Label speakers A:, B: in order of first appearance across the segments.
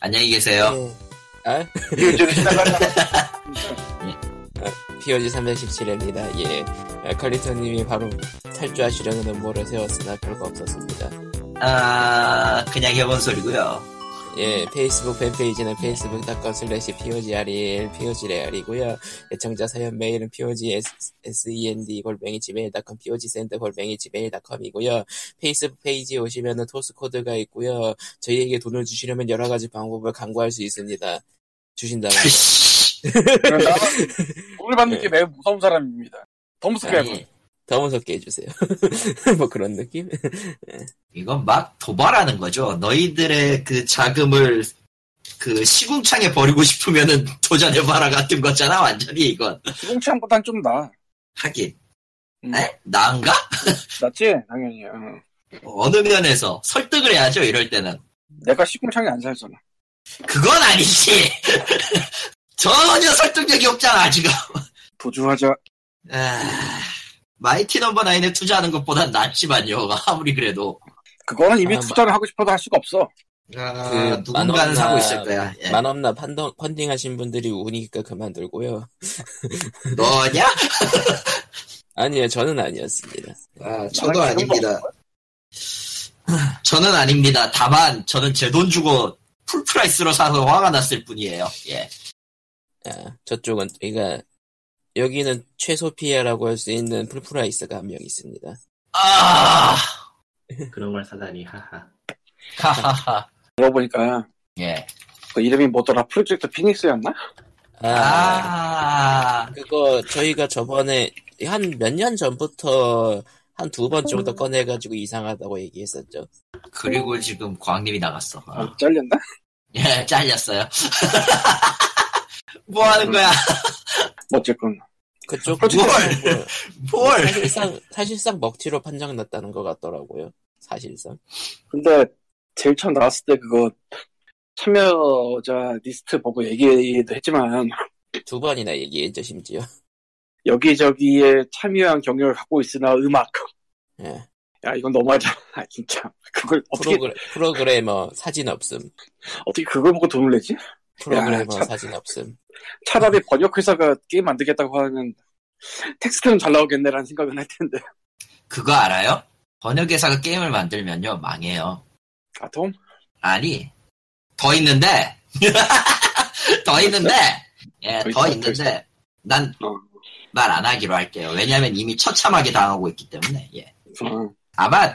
A: 안녕히 계세요.
B: 아?
C: 요즘 네. 시작하려면
B: POG 317회입니다. 예. 아, 컬리터님이 바로 탈주하시려는 음모를 세웠으나 별거 없었습니다.
A: 아, 그냥 해본 소리고요
B: 예, 페이스북 팬페이지는 facebook.com slash POGREL, POGREL이고요. 애청자 사연 메일은 POGSEND E 골뱅이 gmail.com, POGSEND 골뱅이 gmail.com이고요. 페이스북 페이지에 오시면은 토스 코드가 있고요. 저희에게 돈을 주시려면 여러 가지 방법을 강구할 수 있습니다. 주신다면.
C: 그런가? 돈을 받는 게 매우 무서운 사람입니다. 덤스크래브.
A: 아니,
B: 더 무섭게 해주세요. 뭐 그런 느낌?
A: 이건 막 도발하는 거죠. 너희들의 그 자금을 그 시궁창에 버리고 싶으면은 도전해봐라 같은 거잖아, 완전히 이건.
C: 그 시공치한보단 좀 나아.
A: 하긴.
C: 음,
A: 에? 나은가?
C: 낫지? 당연히. 어. 응.
A: 어느 면에서 설득을 해야죠, 이럴 때는.
C: 내가 시공창이 안 살잖아.
A: 그건 아니지. 전혀 설득력이 없잖아, 지금.
C: 도주하자.
A: 아, 마이티 넘버 나인에 투자하는 것보단 낫지만요, 아무리 그래도.
C: 그거는 이미
B: 아,
C: 투자를 하고 싶어도 할 수가 없어.
A: 아,
B: 그
A: 누군가는
B: 만원이나-
A: 사고 있을 거야.
C: 네.
A: 예.
B: 만업나 판동, 펀딩하신 분들이 우니까 그만들고요.
A: 너냐?
B: 아니요, 저는 아니었습니다.
A: 아,
C: 저도 아닙니다.
A: 저는 아닙니다. 다만, 저는 제 돈 주고 풀프라이스로 사서 화가 났을 뿐이에요. 예.
B: 아, 저쪽은, 그러니까, 여기는 최소 피해라고 할 수 있는 풀프라이스가 한 명 있습니다.
A: 아,
D: 그런 걸 사다니 하하.
A: 하하하.
C: 들어보니까
A: 예.
C: 그 이름이 뭐더라? 프로젝트 피닉스였나?
B: 아, 네.
A: 아,
B: 그거 저희가 저번에 한 몇 년 전부터 한 두 번 정도 꺼내가지고 이상하다고 얘기했었죠.
A: 그리고 지금 광님이 나갔어. 아.
C: 아, 잘렸나?
A: 예, 잘렸어요. 뭐 하는 거야?
C: 뭐 어쨌건
B: 그쪽 뭐,
A: 뭘!
D: 뭐
A: 뭘?
B: 사실상 사실상 먹튀로 판정났다는 것 같더라고요. 사실상.
C: 근데 제일 처음 나왔을 때 그거 참여자 리스트 보고 얘기도 했지만
B: 두 번이나 얘기했죠, 심지어.
C: 여기저기에 참여한 경력을 갖고 있으나 음악
B: 예.
C: 야 이건 너무하다 아, 진짜 그걸 어떻게
B: 프로그래, 프로그래머 사진 없음.
C: 어떻게 그걸 보고 돈을 내지?
B: 프로그래머
C: 참.
B: 사진 없음.
C: 차라리 번역회사가 게임 만들겠다고 하면 텍스트는 잘 나오겠네라는 생각은 할 텐데
A: 그거 알아요? 번역회사가 게임을 만들면요, 망해요.
C: 아톰?
A: 아니, 더 있는데, 더 있는데, 예, 더
C: 더 있어, 더
A: 있는데, 난 말
C: 어.
A: 안 하기로 할게요. 왜냐면 이미 처참하게 당하고 있기 때문에, 예.
C: 어,
B: 음.
A: 아마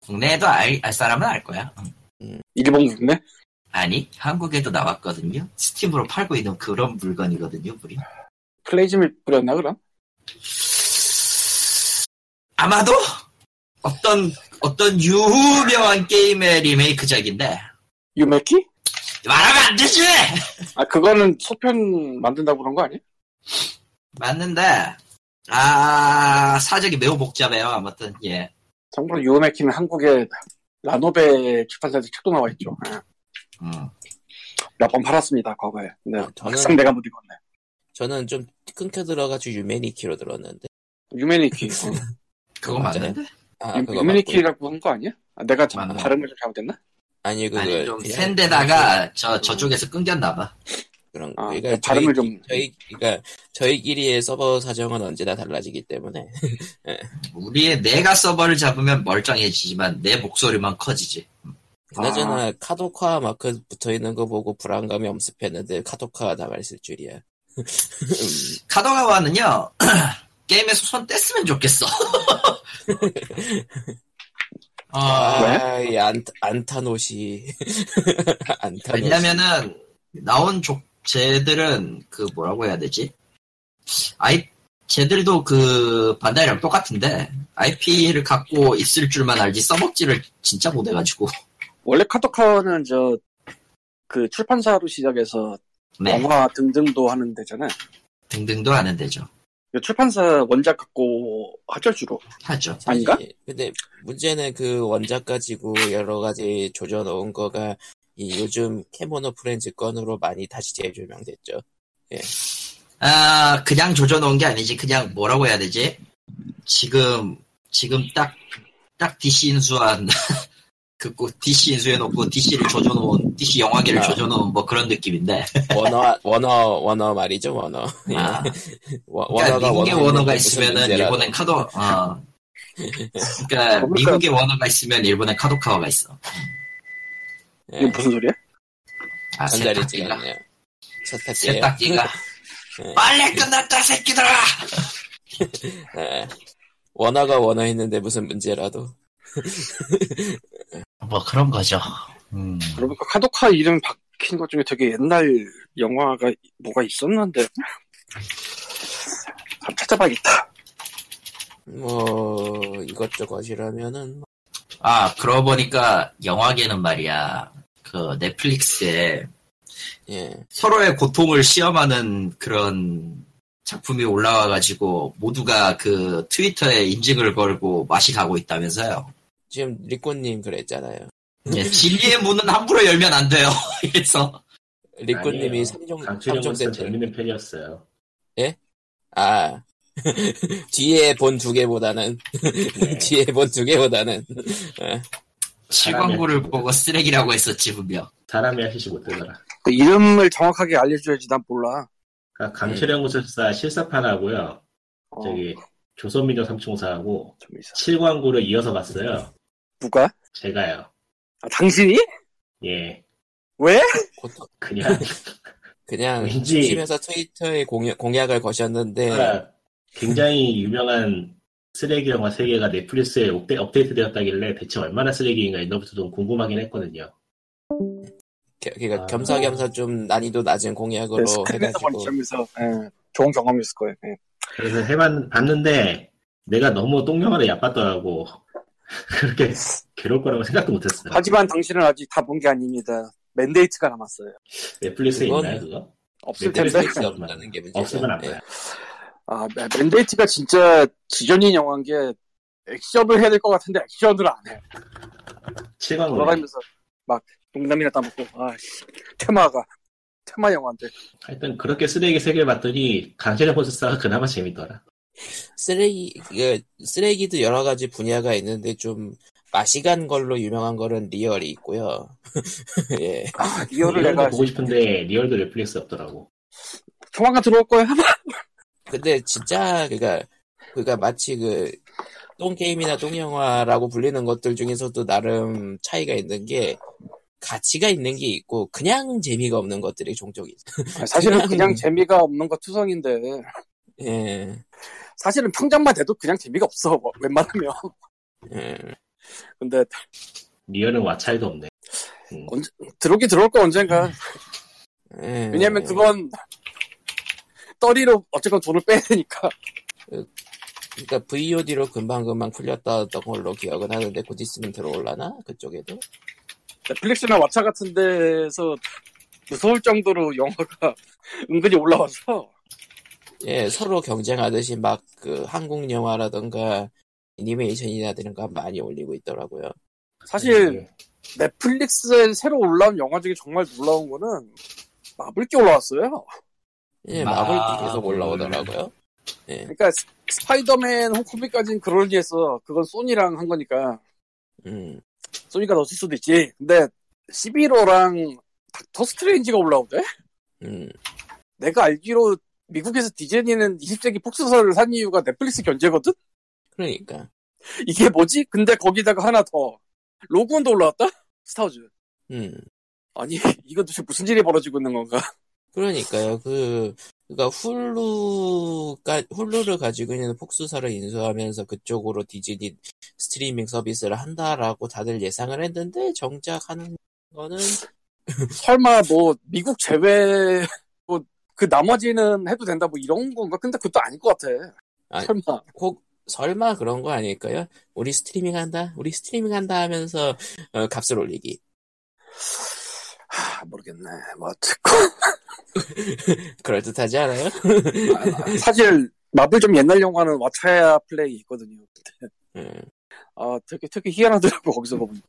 A: 국내에도 알, 알 사람은 알 거야. 응.
C: 일본 국내?
A: 아니, 한국에도 나왔거든요. 스팀으로 팔고 있는 그런 물건이거든요, 우리.
C: 플레이즈밀 뿌렸나 그럼?
A: 아마도 어떤 어떤 유명한 게임의 리메이크작인데
C: 유메키?
A: 말하면 안 되지.
C: 아 그거는 소편 만든다고 그런 거 아니야?
A: 맞는데 아 사정이 매우 복잡해요. 아무튼 예.
C: 참고로 유메키는 한국에 라노베 출판사에서 책도 나와 있죠
A: 음.
C: 몇 번 팔았습니다 과거에 근데
B: 아, 저는-
C: 막상 내가 못 읽었네
B: 저는 좀 끊겨 들어가지고 유메니키로 들었는데.
C: 유메니키 어.
A: 그거
B: 맞아요.
A: 맞는데
B: 아,
C: 유-
B: 그거 맞고.
C: 유메니키라고 한 거 아니야? 아, 내가 자-
A: 맞나?
C: 발음을 좀 잘못했나?
B: 아니 그거 예.
A: 아니 좀
B: 그냥
A: 센데다가 저 저쪽에서 끊겼나 봐.
B: 그런
C: 아,
B: 그러니까
C: 네,
B: 저희,
C: 발음을 좀-
B: 저희 그러니까 저희끼리의 서버 사정은 언제나 달라지기 때문에
A: 우리의 내가 서버를 잡으면 멀쩡해지지만 내 목소리만 커지지. 아.
B: 그나저나 카도카 마크 붙어 있는 거 보고 불안감이 엄습했는데 카도카가 남아 있을 줄이야. 음,
A: 카도가와는요 게임에서 손 뗐으면 좋겠어. 아,
B: 아, 이 안, 안타노시 안타노시.
A: 왜냐면은 나온 족 쟤들은 그 뭐라고 해야 되지? 아이 쟤들도 그 반다이랑 똑같은데 IP를 갖고 있을 줄만 알지 써먹지를 진짜 못해가지고
C: 원래 카토카는 저 그 출판사로 시작해서
A: 네
C: 영화 등등도 하는 데잖아.
A: 등등도 하는 데죠
C: 그 출판사 원작 갖고 하죠 주로.
A: 하죠
B: 사실-
C: 아닌가?
B: 근데 문제는 그 원작 가지고 여러 가지 조져 놓은 거가 이 요즘 캐모노 프렌즈 건으로 많이 다시 재조명됐죠.
A: 아 그냥 조져놓은 게 아니지 그냥 뭐라고 해야 되지 지금 지금 딱 딱 디신수한 그 꼭 DC 인수해놓고 DC를 조져놓은 DC 영화계를
B: 아.
A: 조져놓은 뭐 그런 느낌인데
B: 워너 워너 워너 말이죠 워너. 예.
A: 아,
B: 워-
A: 그러니까 미국의
B: 워너인데
A: 원어가
B: 무슨
A: 있으면은
B: 문제라도.
A: 일본엔 카도 어. 그러니까 미국의 원어가 있으면 일본엔 카도카와가 있어
B: 예.
C: 이게 무슨 소리야?
A: 아
B: 전자레인지가
A: 세탁기가
B: 아니에요. 세탁기예요.
A: 세탁기가 빨리 끝났다 새끼들아
B: 예. 원화가 원화했는데 무슨 문제라도
E: 뭐 그런 거죠. 음.
C: 그러니까 카도카 이름 박힌 것 중에 되게 옛날 영화가 뭐가 있었는데 한번 찾아봐야겠다.
B: 뭐 이것저것이라면은 뭐,
A: 아 그러고 보니까 영화계는 말이야 그 넷플릭스에
B: 예
A: 서로의 고통을 시험하는 그런 작품이 올라와가지고 모두가 그 트위터에 인증을 걸고 맛이 가고 있다면서요.
B: 지금 리코님 그랬잖아요.
A: 예, 진리의 문은 함부로 열면 안 돼요. 그래서
B: 리코님이
D: 아니에요.
B: 3종
D: 강철영
B: 3종
D: 씨는
B: 세트
D: 재밌는 편이었어요.
B: 아 뒤에 본 두 개보다는
D: 네.
B: 뒤에 본 두 개보다는
A: 실광구를 보고 쓰레기라고 했었지 분명.
D: 사람이 하시지 못되더라.
C: 그 이름을 정확하게 알려줘야지 난 몰라.
D: 그러니까 강철영 우술사 실사판하고요.
C: 어,
D: 저기 조선민족 삼총사하고
C: 좀 이상.
D: 7광구를 이어서 봤어요.
C: 누가?
D: 제가요.
C: 아, 당신이?
D: 예.
C: 왜?
B: 고통-
D: 그냥
B: 그냥
D: 왠지-
B: 심심해서 트위터에 공약, 공약을 거셨는데
D: 그러니까 굉장히 유명한 쓰레기 영화 세개가 넷플릭스에 업데, 업데이트 되었다길래 대체 얼마나 쓰레기인가 옛날부터 좀 궁금하긴 했거든요.
B: 겨- 그러니까
D: 아.
B: 겸사겸사 좀 난이도 낮은 공약으로
C: 네, 스크린에서 본
B: 해가지고
C: 점에서 예, 좋은 경험이었을 거예요. 예.
D: 그래서 해봤, 봤는데 내가 너무 똥영화를 얕봤더라고. 그렇게 괴로울 거라고 생각도 못했어요.
C: 하지만 당신은 아직 다 본 게 아닙니다. 맨데이트가 남았어요.
D: 넷플릭스에
B: 그건-
D: 있나요 그거?
C: 없을 텐데.
D: 넷플릭스에
B: 텐데.
D: 있으면
B: 없다는 게 문제죠.
D: 없으면 안
B: 예.
D: 봐요.
C: 아, 네, 맨데이트가 진짜 지전인 영화인 게 액션을 해야 될 것 같은데 액션을 안 해.
D: 칠광구
C: 돌아가면서 막 농담이나 따먹고 아 씨, 테마가 테마 영화인데
D: 하여튼 그렇게 쓰레기 세개를 봤더니 강제력 포스사가 그나마 재밌더라.
B: 쓰레기 그 쓰레기도 여러 가지 분야가 있는데 좀 맛이 간 걸로 유명한 거는 리얼이 있고요. 예.
C: 아, 리얼을 내가
D: 리얼도 보고 싶은데 리얼도 넷플릭스 없더라고.
C: 조만간 들어올 거야.
B: 근데 진짜 그니까 그니까 마치 그 똥게임이나 똥영화라고 불리는 것들 중에서도 나름 차이가 있는 게 가치가 있는 게 있고 그냥 재미가 없는 것들이 종종 있어.
C: 아, 사실은
B: 그냥
C: 그냥 재미가 없는 거 투성인데
B: 예.
C: 사실은 평장만 돼도 그냥 재미가 없어 뭐, 웬만하면.
B: 예.
C: 근데
D: 리얼은 와차이도 없네. 음.
C: 들어오긴 들어올 거 언젠가.
B: 예.
C: 왜냐면 그건 떠리로 어쨌건 돈을 빼야 되니까.
B: 그러니까 VOD로 금방금방 풀렸다던 걸로 기억은 하는데 곧 있으면 들어올라나 그쪽에도
C: 넷플릭스나 왓챠 같은 데서 무서울 정도로 영화가 은근히 올라와서
B: 예, 서로 경쟁하듯이 막 그 한국 영화라던가 애니메이션이라든가 많이 올리고 있더라고요.
D: 음,
C: 사실 넷플릭스에 새로 올라온 영화 중에 정말 놀라운 거는 마블게 올라왔어요.
B: 예,
A: 마-
B: 마블이 계속 올라오더라고요.
C: 그러니까 스- 스파이더맨 홈커밍까지는 그러니 해서 그건 소니랑 한 거니까
B: 음,
C: 소니가 넣었을 수도 있지. 근데 11호랑 닥터 스트레인지가 올라오대?
B: 음.
C: 내가 알기로 미국에서 디즈니는 20세기 폭스서를 산 이유가 넷플릭스 견제거든?
B: 그러니까.
C: 이게 뭐지? 근데 거기다가 하나 더 로그온도 올라왔다? 스타워즈
B: 음.
C: 아니 이거 도대체 무슨 일이 벌어지고 있는 건가?
B: 그러니까요. 그 그러니까 훌루가 훌루를 가지고 있는 폭수사를 인수하면서 그쪽으로 디즈니 스트리밍 서비스를 한다라고 다들 예상을 했는데 정작 하는 거는
C: 설마 뭐 미국 제외 뭐 그 나머지는 해도 된다 뭐 이런 건가? 근데 그것도 아닐 것 같아.
B: 아니.
C: 설마
B: 혹 설마 그런 거 아닐까요? 우리 스트리밍 한다, 우리 스트리밍 한다 하면서 어, 값을 올리기.
C: 아, 모르겠네. 뭐
B: 그럴듯하지 않아요?
C: 아, 사실 마블 좀 옛날 영화는 왓챠야 플레이 있거든요.
B: 음,
C: 아 되게 되게 희한하더라고 거기서 보니까.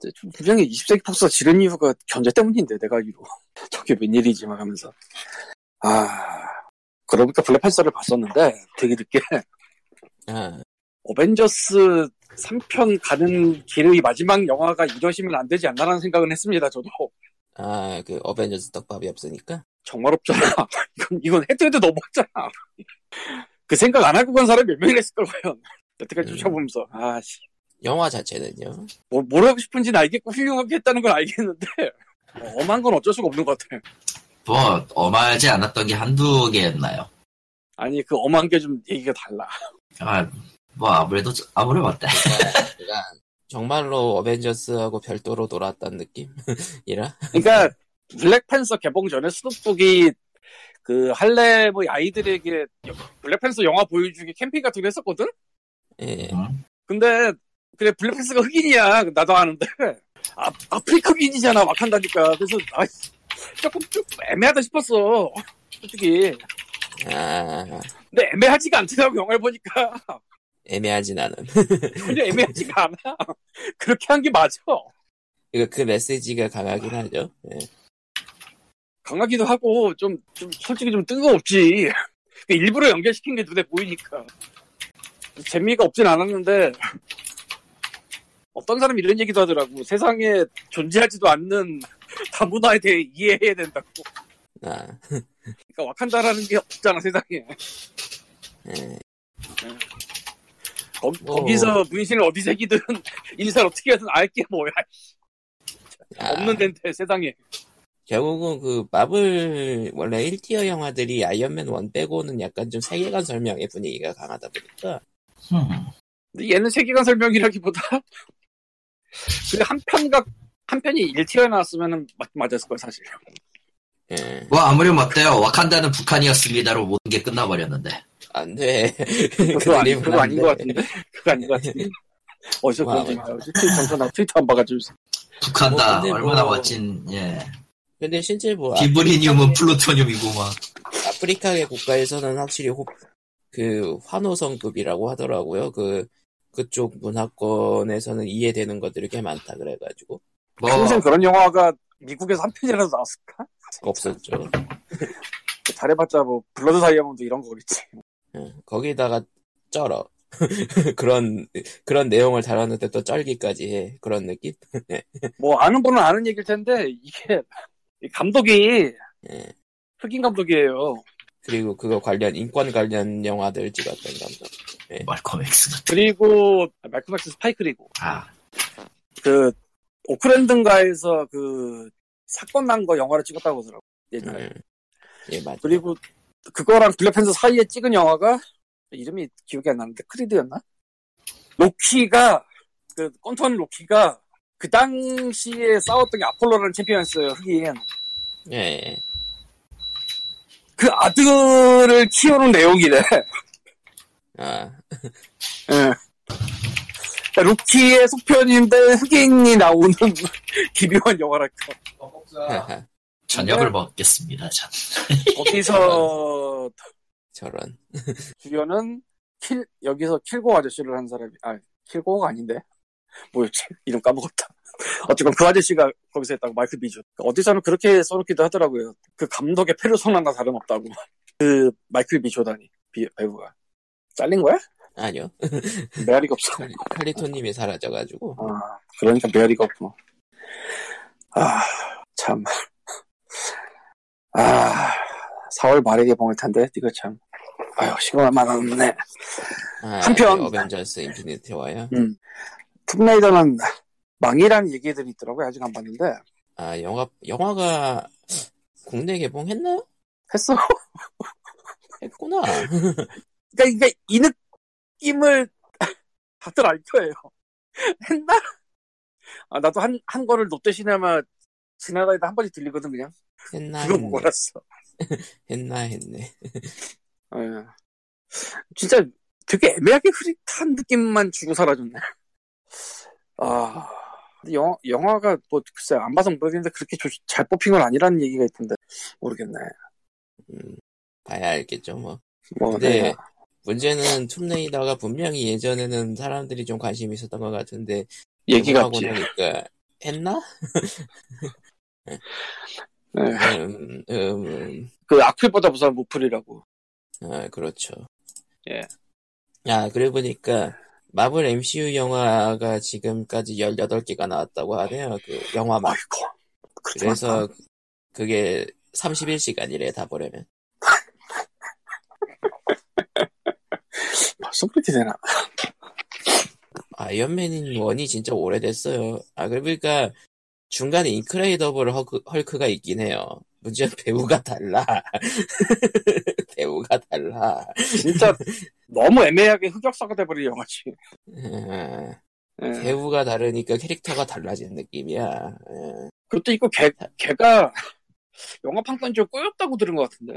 C: 근데 좀 분명히 20세기 폭스가 지른 이유가 견제 때문인데 내가 알기로 저게 웬일이지 막 하면서 아 그러니까 블랙팬서를 봤었는데 되게 늦게
B: 아,
C: 어벤져스 3편 가는 길의 마지막 영화가 이러시면 안 되지 않나라는 생각은 했습니다, 저도.
B: 아, 그 어벤져스 떡밥이 없으니까.
C: 정말 없잖아. 이건, 이건 해도 해도 너무 없잖아. 그 생각 안 하고 간 사람이 몇 명이나 있을 걸, 과연. 여태까지
B: 음.
C: 쫓아보면서. 아, 씨.
B: 영화 자체는요.
C: 뭐, 뭘 하고 싶은지는 알겠고, 훌륭하게 했다는 건 알겠는데. 어, 엄한 건 어쩔 수가 없는 것 같아.
A: 뭐 엄하지 않았던 게 한두 개였나요?
C: 아니, 그 엄한 게 좀 얘기가 달라.
A: 아, 뭐 아무래도 아무래 맞다.
B: 그러니까 그러니까 정말로 어벤져스하고 별도로 놀았던 느낌이라.
C: 그러니까 블랙팬서 개봉 전에 스눕독이 그 할렘의 아이들에게 블랙팬서 영화 보여주기 캠핑 같은 거 했었거든?
B: 예.
C: 근데 그래 블랙팬서가 흑인이야 나도 아는데 아, 아프리카 흑인이잖아 막한다니까 그래서 아 조금 좀 애매하다 싶었어 솔직히
B: 아,
C: 근데 애매하지가 않더라고 영화를 보니까
B: 애매하진 않은.
C: 전혀 애매하지가 않아 그렇게 한 게 맞아
B: 그러니까 그 메시지가 강하긴 하죠. 예.
C: 강하기도 하고 좀, 좀 솔직히 좀 뜬금없지 그 일부러 연결시킨 게 눈에 보이니까 재미가 없진 않았는데 어떤 사람이 이런 얘기도 하더라고 세상에 존재하지도 않는 다문화에 대해 이해해야 된다고
B: 아,
C: 그러니까 와칸다라는 게 없잖아 세상에 네.
B: 예.
C: 거,
B: 뭐.
C: 기서 문신을 어디 새기든 인사를 어떻게 하든 알게 뭐야
B: 아,
C: 없는 데인데 세상에
B: 결국은 그 마블 원래 1티어 영화들이 아이언맨 1 빼고는 약간 좀 세계관 설명의 분위기가 강하다 보니까
A: 음,
C: 근데 얘는 세계관 설명이라기보다 근데 한편과 한편이 일치어 나왔으면 맞았을 거야 사실
B: 예.
A: 뭐 아무리 맞대요. 와칸다는 북한이었습니다로 모든 게 끝나버렸는데.
B: 안 돼.
C: 그거 아니
B: 드립은
C: 그거
B: 안
C: 아닌
B: 돼.
C: 것 같은데 그거 아닌 것 같은데 어디서
B: 와,
C: 그런지 말고 트위터 나 트위터 안 봐가지고
A: 북한다
B: 뭐, 근데
A: 얼마나
B: 뭐-
A: 멋진 예.
B: 근데 실제 뭐
A: 비브리늄은 플루토늄이고 뭐. 막.
B: 아프리카의 국가에서는 확실히 호- 그 환호성급이라고 하더라고요. 그 그쪽 문화권에서는 이해되는 것들이 꽤 많다 그래가지고
A: 뭐
C: 평생 그런 영화가 미국에서 한 편이라도 나왔을까
B: 없었죠.
C: 잘해봤자 뭐 블러드 다이아몬드 이런 거겠지
B: 예, 거기다가 쩔어 그런 그런 내용을 다뤘는데 또 쩔기까지 해 그런 느낌.
C: 뭐 아는 분은 아는 얘기일 텐데 이게 이 감독이
B: 예.
C: 흑인 감독이에요
B: 그리고 그거 관련 인권 관련 영화들 찍었던 감독.
A: 말콤 엑스 같은.
C: 그리고 아, 말크막스 스파이크리고
A: 아
C: 그 오크랜드인가에서 그 사건 난 거 영화를 찍었다고 하더라고 옛날에
B: 음. 예 맞.
C: 그리고 그거랑 블랙팬서 사이에 찍은 영화가 이름이 기억이 안 나는데 크리드였나? 로키가 그 퀀턴 로키가 그 당시에 싸웠던 게 아폴로라는 챔피언이었어요 흑인
B: 예, 예.
C: 그 아들을 키우는 내용이래
B: 아
C: 예. 로키의 속편인데 흑인이 나오는 기묘한 영화랄까
B: 하하.
A: 저녁을 먹겠습니다. 전.
C: 거기서
B: 저런.
C: 주연은 킬 여기서 킬고 아저씨를 한 사람이 아 킬고가 아닌데 뭐였지 이름 까먹었다 어쨌건 그 아저씨가 거기서 했다고 마이크 비준 그러니까 어디서는 그렇게 써놓기도 하더라고요 그 감독의 페르소나나 다름없다고 그 마이클 비조다니 비- 배우가 잘린 거야?
B: 아니요.
C: 메아리가 없어
B: 칼리, 칼리토님이 사라져가지고.
C: 아 그러니까 메아리가 없구나 아참 아, 4월 말에 개봉할 텐데 이거 참 아유 시간 얼마 남았네
B: 아,
C: 한편.
B: 그 어벤져스 인피니티 와요.
C: 음. 툼레이더는 망이라는 얘기들이 있더라고요. 아직 안 봤는데.
B: 아 영화 영화가 국내 개봉했나요?
C: 했어.
B: 했구나.
C: 그러니까, 그러니까 이 느낌을 다들 알 거예요. 했나? 아, 나도 한, 한 거를 롯데시네마 지나다니다 한 번씩 들리거든, 그냥.
B: 했나
C: 그거 보고
B: 했네.
C: 알았어.
B: 했나 했네.
C: 예. 진짜 되게 애매하게 흐릿한 느낌만 주고 사라졌네. 아, 근데 영화, 영화가 뭐, 글쎄, 안 봐서 모르겠는데 그렇게 좋- 잘 뽑힌 건 아니라는 얘기가 있던데. 모르겠네.
B: 음, 봐야 알겠죠 뭐.
C: 뭐,
B: 근데
C: 네.
B: 문제는 툼레이더가 분명히 예전에는 사람들이 좀 관심이 있었던 것 같은데
C: 얘기가
B: 하고
C: 없지.
B: 나니까 했나?
C: 네.
B: 음, 음, 음.
C: 그 악플보다 무서운 무플이라고.
B: 아, 그렇죠.
C: 예.
B: 아, 그래 보니까 마블 MCU 영화가 지금까지 18개가 나왔다고 하네요. 그 영화만.
C: 아이고. 그렇게 많다.
B: 그래서 그게 31시간이래 다 보려면.
C: 벌써 그렇게 되나?
B: 아이언맨 원이 진짜 오래됐어요. 아 그러니까 중간에 인크레이더블 허크, 헐크가 있긴 해요. 문제는 배우가 달라. 배우가 달라.
C: 진짜 너무 애매하게 흑역사가 돼버린 영화지.
B: 음,
C: 예.
B: 배우가 다르니까 캐릭터가 달라진 느낌이야.
C: 그것도 있고 걔, 걔가 영화 판권 좀 꼬였다고 들은 것 같은데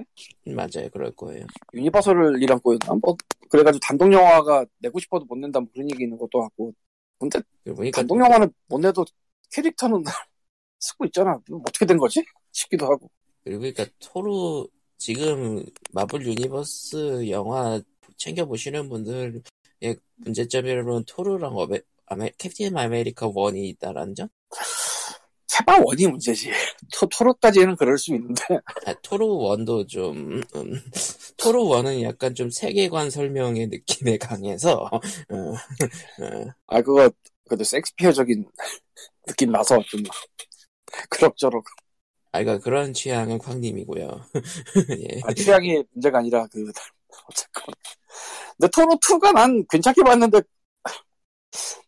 B: 음, 맞아요, 그럴 거예요.
C: 유니버설이랑 꼬였나? 뭐 그래가지고 단독 영화가 내고 싶어도 못 낸다 뭐 그런 얘기 있는 것도 같고 근데
B: 그러니까
C: 단독 영화는 못 내도 캐릭터는 쓰고 있잖아 뭐 어떻게 된 거지? 싶기도 하고
B: 그러니까 토르 지금 마블 유니버스 영화 챙겨 보시는 분들의 문제점으로는 토르랑 어메, 아메, 캡틴 아메리카 원이 있다라는 점.
C: 세바 원이 문제지 토, 토로까지는 그럴 수 있는데
B: 아, 토르 원도 좀 음, 토르 원은 약간 좀 세계관 설명의 느낌에 강해서 어,
C: 아 그거 그래도 섹스피어적인 느낌 나서 좀 그럭저럭
B: 아 그러니까 그런 취향은 광님이고요. 예.
C: 아, 취향이 문제가 아니라 그 어쨌건 근데 토로 2가 난 괜찮게 봤는데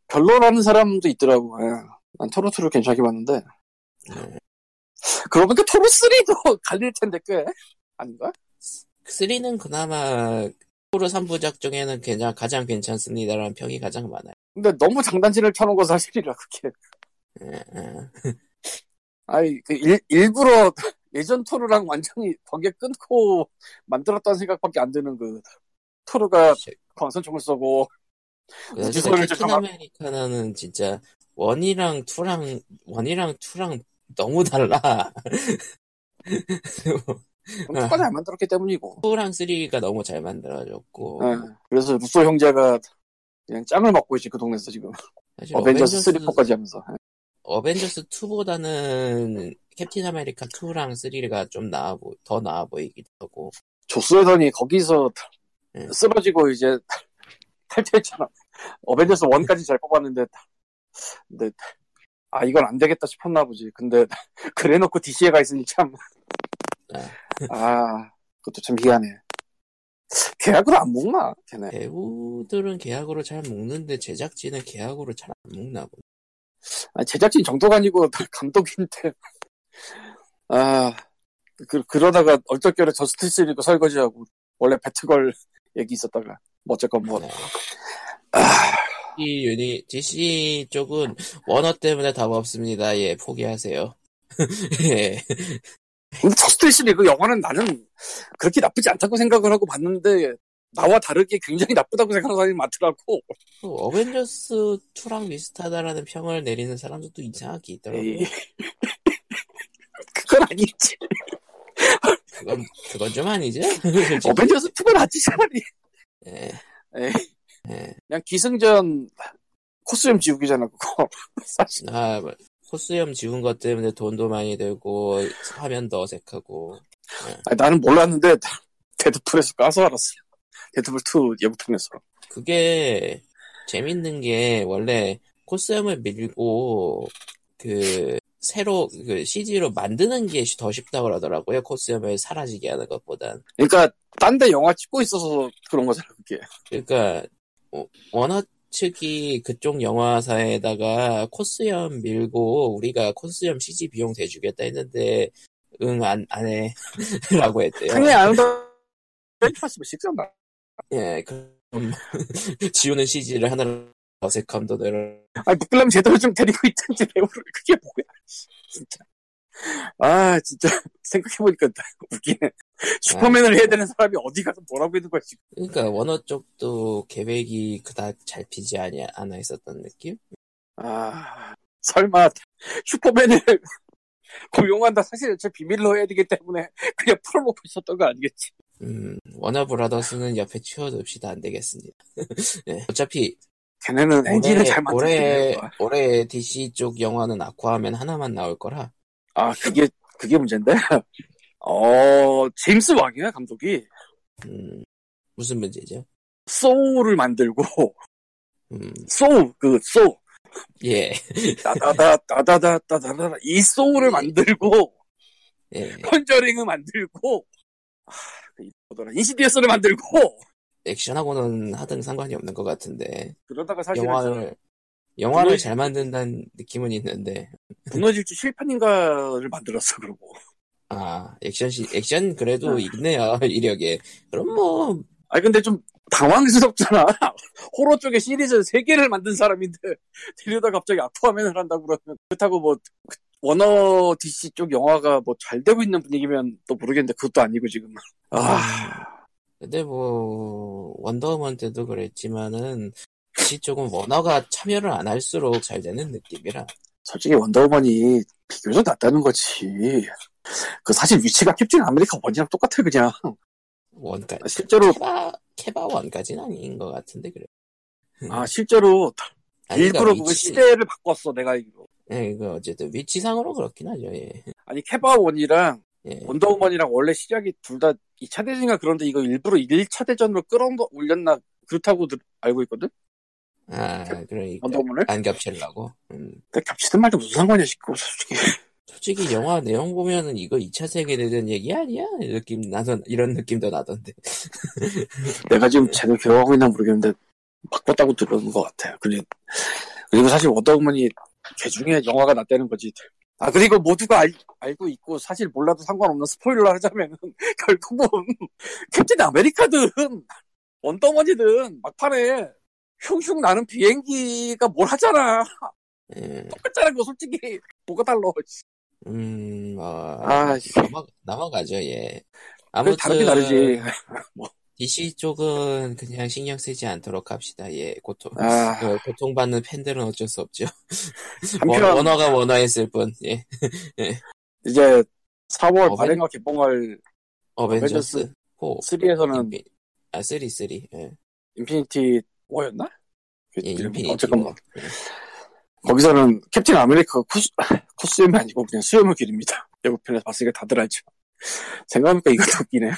C: 별로라는 사람도 있더라고. 예. 난 토로 2를 괜찮게 봤는데 그러고 보니까 토로 3도 갈릴 텐데 꽤 아닌가?
B: 3는 그나마 토르 3부작 중에는 그냥 가장 괜찮습니다라는 평이 가장 많아요.
C: 근데 너무 장단지를 펴놓은 건 사실이라 그게.
B: 예, 예.
C: 아이 그 일, 일부러 예전 토르랑 완전히 벽에 끊고 만들었다는 생각밖에 안 드는 그 토르가 광선총을 쏘고
B: 그래서
C: 지소를
B: 캡틴
C: 쫓아가-
B: 아메리카는 진짜 원이랑 투랑 원이랑 투랑 너무 달라.
C: 그럼 토가 잘 만들었기 때문이고.
B: 투랑 3가 너무 잘 만들어졌고
C: 예. 그래서 루소 형제가 그냥 짱을 먹고 있지 그 동네에서 지금
B: 사실
C: 어벤져스 3, 4까지 하면서 예.
B: 어벤져스 2보다는 캡틴 아메리카 2랑 3가 좀 나아 보, 더 나아 보이기도 하고
C: 조스 헤던이 거기서
B: 예.
C: 쓰러지고 이제 탈퇴했잖아 어벤져스 1까지 잘 뽑았는데 근데 아 이건 안 되겠다 싶었나 보지 근데 그래놓고 DC에 가 있으니
B: 네.
C: 참아 그것도 참 희한해 계약을 안 먹나 걔네
B: 배우들은 계약으로 잘 먹는데 제작진은 계약으로 잘 안 먹나 보네.
C: 아니, 제작진 정도가 아니고 감독인데 아 그, 그러다가 얼떨결에 저스티스 리그 설거지하고 원래 배트걸 얘기 있었다가 뭐 어쨌건 뭐
B: 네. 아, 이 유니 DC 쪽은 원어 때문에 답 없습니다. 예, 포기하세요. 예.
C: 근데 저스티스 리그 영화는 나는 그렇게 나쁘지 않다고 생각을 하고 봤는데 나와 다르게 굉장히 나쁘다고 생각하는 사람이 많더라고
B: 또 어벤져스 2랑 비슷하다라는 평을 내리는 사람들도 이상하게 있더라고요.
C: 에이. 그건 아니지
B: 그건, 그건 좀 아니죠?
C: 어벤져스 2가 낫지 차라리
B: 예.
C: 에이.
B: 예.
C: 그냥 기승전 코스염 지우기잖아 그거 사실
B: 아, 코스염 지운 것 때문에 돈도 많이 들고, 화면도 어색하고.
C: 아니, 나는 몰랐는데 데드풀에서 까서 알았어. 데드풀 2 예고편에서.
B: 그게, 재밌는 게, 원래, 코스염을 밀고, 그, 새로, 그, CG로 만드는 게 더 쉽다고 그러더라고요. 코스염을 사라지게 하는 것보단.
C: 그러니까 딴 데 영화 찍고 있어서 그런 거잖아 그게.
B: 그러니까 어, 원어 측이 그쪽 영화사에다가 코스염 밀고 우리가 코스염 CG 비용 대주겠다 했는데 응 안 안해라고 했대요.
C: 당연히 안 온다. 벤파스면 식사나.
B: 예, 그럼 지우는 CG를 하나로 어색함도 늘어.
C: 아니 묶으려면 제대로 좀 데리고 있든지 배우를 그게 뭐야. 씨, 진짜. 아 진짜 생각해보니까 웃기네. 슈퍼맨을 해야 되는 사람이 어디 가서 뭐라고 있는 거야 지금.
B: 그러니까 원어 쪽도 계획이 그닥 잘 피지 아니 않아 있었던 느낌?
C: 아 설마 슈퍼맨을 고용한다 사실은 제 비밀로 해야 되기 때문에 그냥 풀어놓고 있었던 거 아니겠지.
B: 음, 워너 브라더스는 옆에 치워둡시다 안 되겠습니다. 예, 어차피
C: 걔네는 엔진을 잘
B: 올해
C: 만들었네.
B: 올해 DC 쪽 영화는 아쿠아맨 하나만 나올 거라.
C: 아 그게 그게 문제인데. 어 제임스 왕이야 감독이
B: 음, 무슨 문제죠?
C: 소울을 만들고
B: 음,
C: 소우 그 소우
B: 예,
C: 따다다 따다다 따다다 이 소우를 만들고
B: 예.
C: 컨저링을 만들고 아, 그 뭐더라 인시디어스를 만들고
B: 액션하고는 하등 상관이 없는 것 같은데
C: 그러다가 사실은
B: 영화를 영화를
C: 분노의-
B: 잘 만든다는 느낌은 있는데
C: 무너질지 실판인가를 만들었어 그러고
B: 아 액션 시 액션
C: 아.
B: 그래도 있네요 이력에 그럼 뭐
C: 아니 근데 좀 당황스럽잖아 호러 쪽에 시리즈 세개를 만든 사람인데 데려다 갑자기 아쿠아맨을 한다고 그러면 그렇다고 뭐 그- 워너 DC 쪽 영화가 뭐 잘 되고 있는 분위기면 또 모르겠는데 그것도 아니고 지금 아
B: 근데 뭐 원더우먼 때도 그랬지만은 이 쪽은 원어가 참여를 안 할수록 잘 되는 느낌이라
C: 솔직히 원더우먼이 비교적 낫다는 거지 그 사실 위치가 캡틴 아메리카 원이랑 똑같아 그냥
B: 원까
C: 실제로
B: 케바 케바 원까지는 아닌 것 같은데 그래
C: 아 실제로
B: 아니, 그러니까
C: 일부러 그
B: 위치-
C: 시대를 바꿨어 내가 알기로
B: 예 이거 어쨌든 위치상으로 그렇긴 하죠 예,
C: 아니 케바원이랑
B: 예.
C: 뭐, 원더우먼이랑 원래 시작이 둘 다 2차 대전인가 그런데 이거 일부러 1차 대전으로 끌어올렸나 그렇다고 들- 알고 있거든?
B: 아 그러니까
C: 원더우먼을?
B: 안 겹치려고 음.
C: 네. 근데 겹치든 말든 무슨 상관이야 싶고 솔직히
B: 솔직히 영화 내용 보면은 이거 2차 세계대전 얘기 아니야? 이 느낌 나던 이런 느낌도 나던데.
C: 내가 지금 제대로 기억하고 있나 모르겠는데 바꿨다고 들은 것 같아요 그리- 그리고 사실 원더우먼이 개중에 영화가 났다는 거지 아 그리고 모두가 알, 알고 있고 사실 몰라도 상관없는 스포일러를 하자면은 결국은 캡틴 아메리카든 원더우먼이든 막판에 흉흉 나는 비행기가 뭘 하잖아
B: 예,
C: 똑같잖아 그거 솔직히 뭐가 달라
B: 음, 어,
C: 아, 씨.
B: 넘어, 넘어가죠, 예.
C: 그
B: 아무튼
C: 다르긴 다르지
B: DC 쪽은 그냥 신경 쓰지 않도록 합시다. 예, 고통.
C: 아
B: 어, 고통받는 팬들은 어쩔 수 없죠. 뭐 원,
C: 한편
B: 원어가 원어했을 뿐. 예.
C: 이제 4월
B: 어벤-
C: 발행과 개봉할
B: 어벤져스 4.
C: 3에서는
B: 인피- 아, 3, 3. 예.
C: 인피니티 워였나?
B: 예, 인피니티.
C: 어쨌건 뭐
B: 워. 예.
C: 거기서는 캡틴 아메리카가 코스, 코스염이 아니고 그냥 수염을 기릅니다 예고편에서 봤으니까 다들 알죠 생각해보니까 이것도 웃기네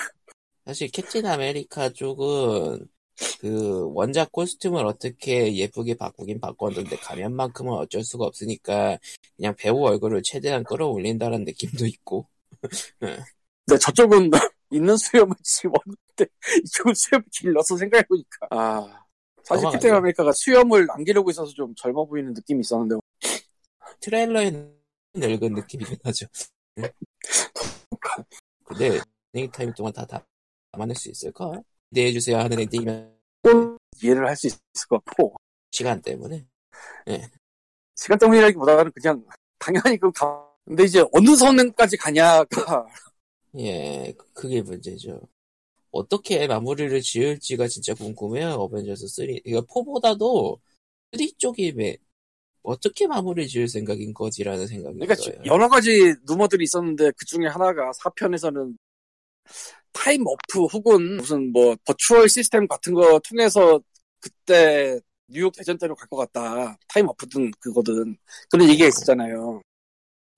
B: 사실 캡틴 아메리카 쪽은 그 원작 코스튬을 어떻게 예쁘게 바꾸긴 바꿨는데 가면만큼은 어쩔 수가 없으니까 그냥 배우 얼굴을 최대한 끌어올린다는 느낌도 있고
C: 근데 저쪽은 있는 수염을 집었는데 이쪽은 수염이 길러서 생각해보니까 아 사실
B: 넘어가죠.
C: 캡틴 아메리카가 수염을 안 기르고 있어서 좀 젊어 보이는 느낌이 있었는데
B: 트레일러에 늙은 느낌이긴 하죠. 근데 엔딩 타임 동안 다 다- 담아낼 수 있을까? 기대해 주세요 하는 엔딩이면
C: 이해를 할 수 있을 것 같고
B: 시간 때문에
C: 시간 때문이라기보다는 그냥 당연히 그럼 가. 근데 이제 어느 선까지 가냐가
B: 예 그- 그게 문제죠. 어떻게 마무리를 지을지가 진짜 궁금해요. 어벤져스 3. 이거 4보다도 3 쪽이 매, 어떻게 마무리 지을 생각인 거지라는 생각이
C: 그러니까
B: 들어요.
C: 여러 가지 루머들이 있었는데 그 중에 하나가 4편에서는 타임 오프 혹은 무슨 뭐 버추얼 시스템 같은 거 통해서 그때 뉴욕 대전 때로 갈 것 같다. 타임 오프든 그거든 그런 얘기가 있었잖아요.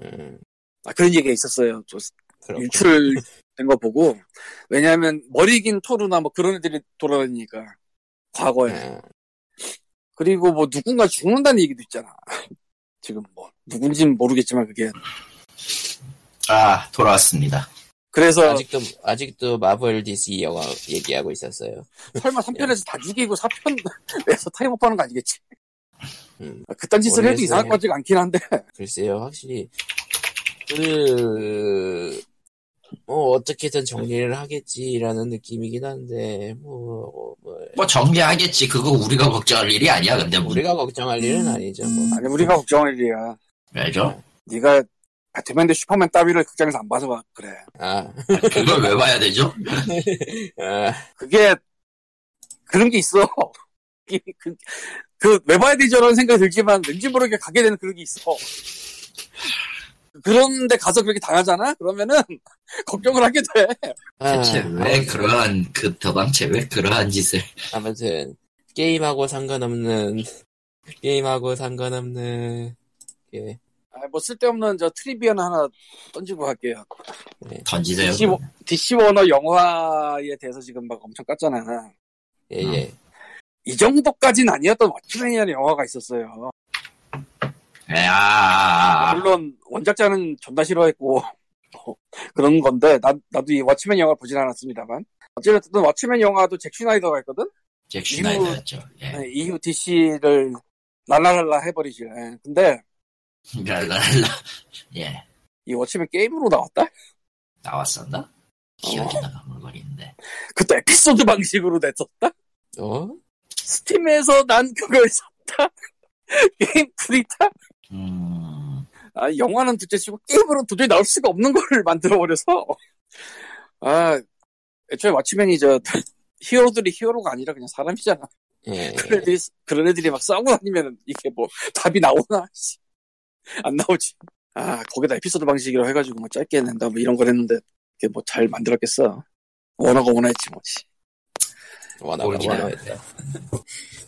B: 음,
C: 아 그런 얘기가 있었어요. 저
B: 그렇고.
C: 유출된 거 보고 왜냐하면 머리 긴 토르나 뭐 그런 애들이 돌아다니니까 과거에
B: 예.
C: 그리고 뭐 누군가 죽는다는 얘기도 있잖아. 지금 뭐 누군진 모르겠지만 그게
A: 아 돌아왔습니다.
C: 그래서
B: 아직도, 아직도 마블 DC 영화 얘기하고 있었어요.
C: 설마 3편에서 다 죽이고 4편에서 타임업하는 거 아니겠지?
B: 음.
C: 그딴 짓을 해도
B: 모르겠어요.
C: 이상할 것 같지가 않긴 한데
B: 글쎄요, 확실히, 그, 뭐, 어떻게든 정리를 하겠지라는 느낌이긴 한데, 뭐, 뭐,
A: 뭐 정리하겠지. 그거 우리가 걱정할 일이 아니야. 근데 뭐. 우리
B: 우리가 걱정할 일은 아니죠, 뭐.
C: 아니 우리가 걱정할 일이야.
A: 알죠?
C: 네가 배트맨 대 슈퍼맨 따위를 극장에서 안 봐서 봐. 그래.
B: 아,
A: 그걸 왜 봐야 되죠?
B: 아,
C: 그게 그런 게 있어. 그, 그왜 봐야 되죠라는 생각이 들지만 왠지 모르게 가게 되는 그런 게 있어. 그런데 가서 그렇게 당하잖아? 그러면은 걱정을 하게 돼.
A: 대체
B: 아,
A: 왜 그러한 그 도망체 왜 그러한 짓을?
B: 아무튼 게임하고 상관없는 게임하고 상관없는 예.
C: 아, 뭐 쓸데없는 저 트리비언 하나 던지고 갈게요.
A: 던지세요.
C: DC, 워- DC 워너 영화에 대해서 지금 막 엄청 깠잖아.
B: 예, 예.
C: 이 정도까진 아니었던 워치맨이라는 영화가 있었어요.
A: 예, 아, 야
C: 물론 원작자는 존나 싫어했고 그런 건데 나, 도이 워치맨 영화를 보진 않았습니다만 어쨌든 워치맨 영화도 잭 슈나이더가 했거든?
A: 잭 슈나이더였죠. 예.
C: 네, EU DC를 랄랄랄라 해버리질 예. 근데
A: 랄랄라. 예.
C: 이 워치맨 게임으로 나왔다?
A: 나왔었나? 기억이 나가 물건인데.
C: 그것도 에피소드 방식으로 냈었다?
A: 음.
B: 어?
C: 스팀에서 난 그걸 샀다? 게임 프리타?
A: 음.
C: 아, 영화는 둘째 치고 게임으로 도저히 나올 수가 없는 거를 만들어버려서. 아, 애초에 워치맨이 저, 히어로들이 히어로가 아니라 그냥 사람이잖아.
B: 예.
C: 그런 애들이, 그런 애들이 막 싸우고 다니면 이게 뭐 답이 나오나? 씨. 안 나오지. 아, 거기다 에피소드 방식이라고 해가지고 뭐 짧게 낸다 뭐 이런 걸 했는데 그게 뭐 잘 만들었겠어. 원하고 원했지 뭐지.
B: 원하고
A: 올리네.
B: 원하고 했다.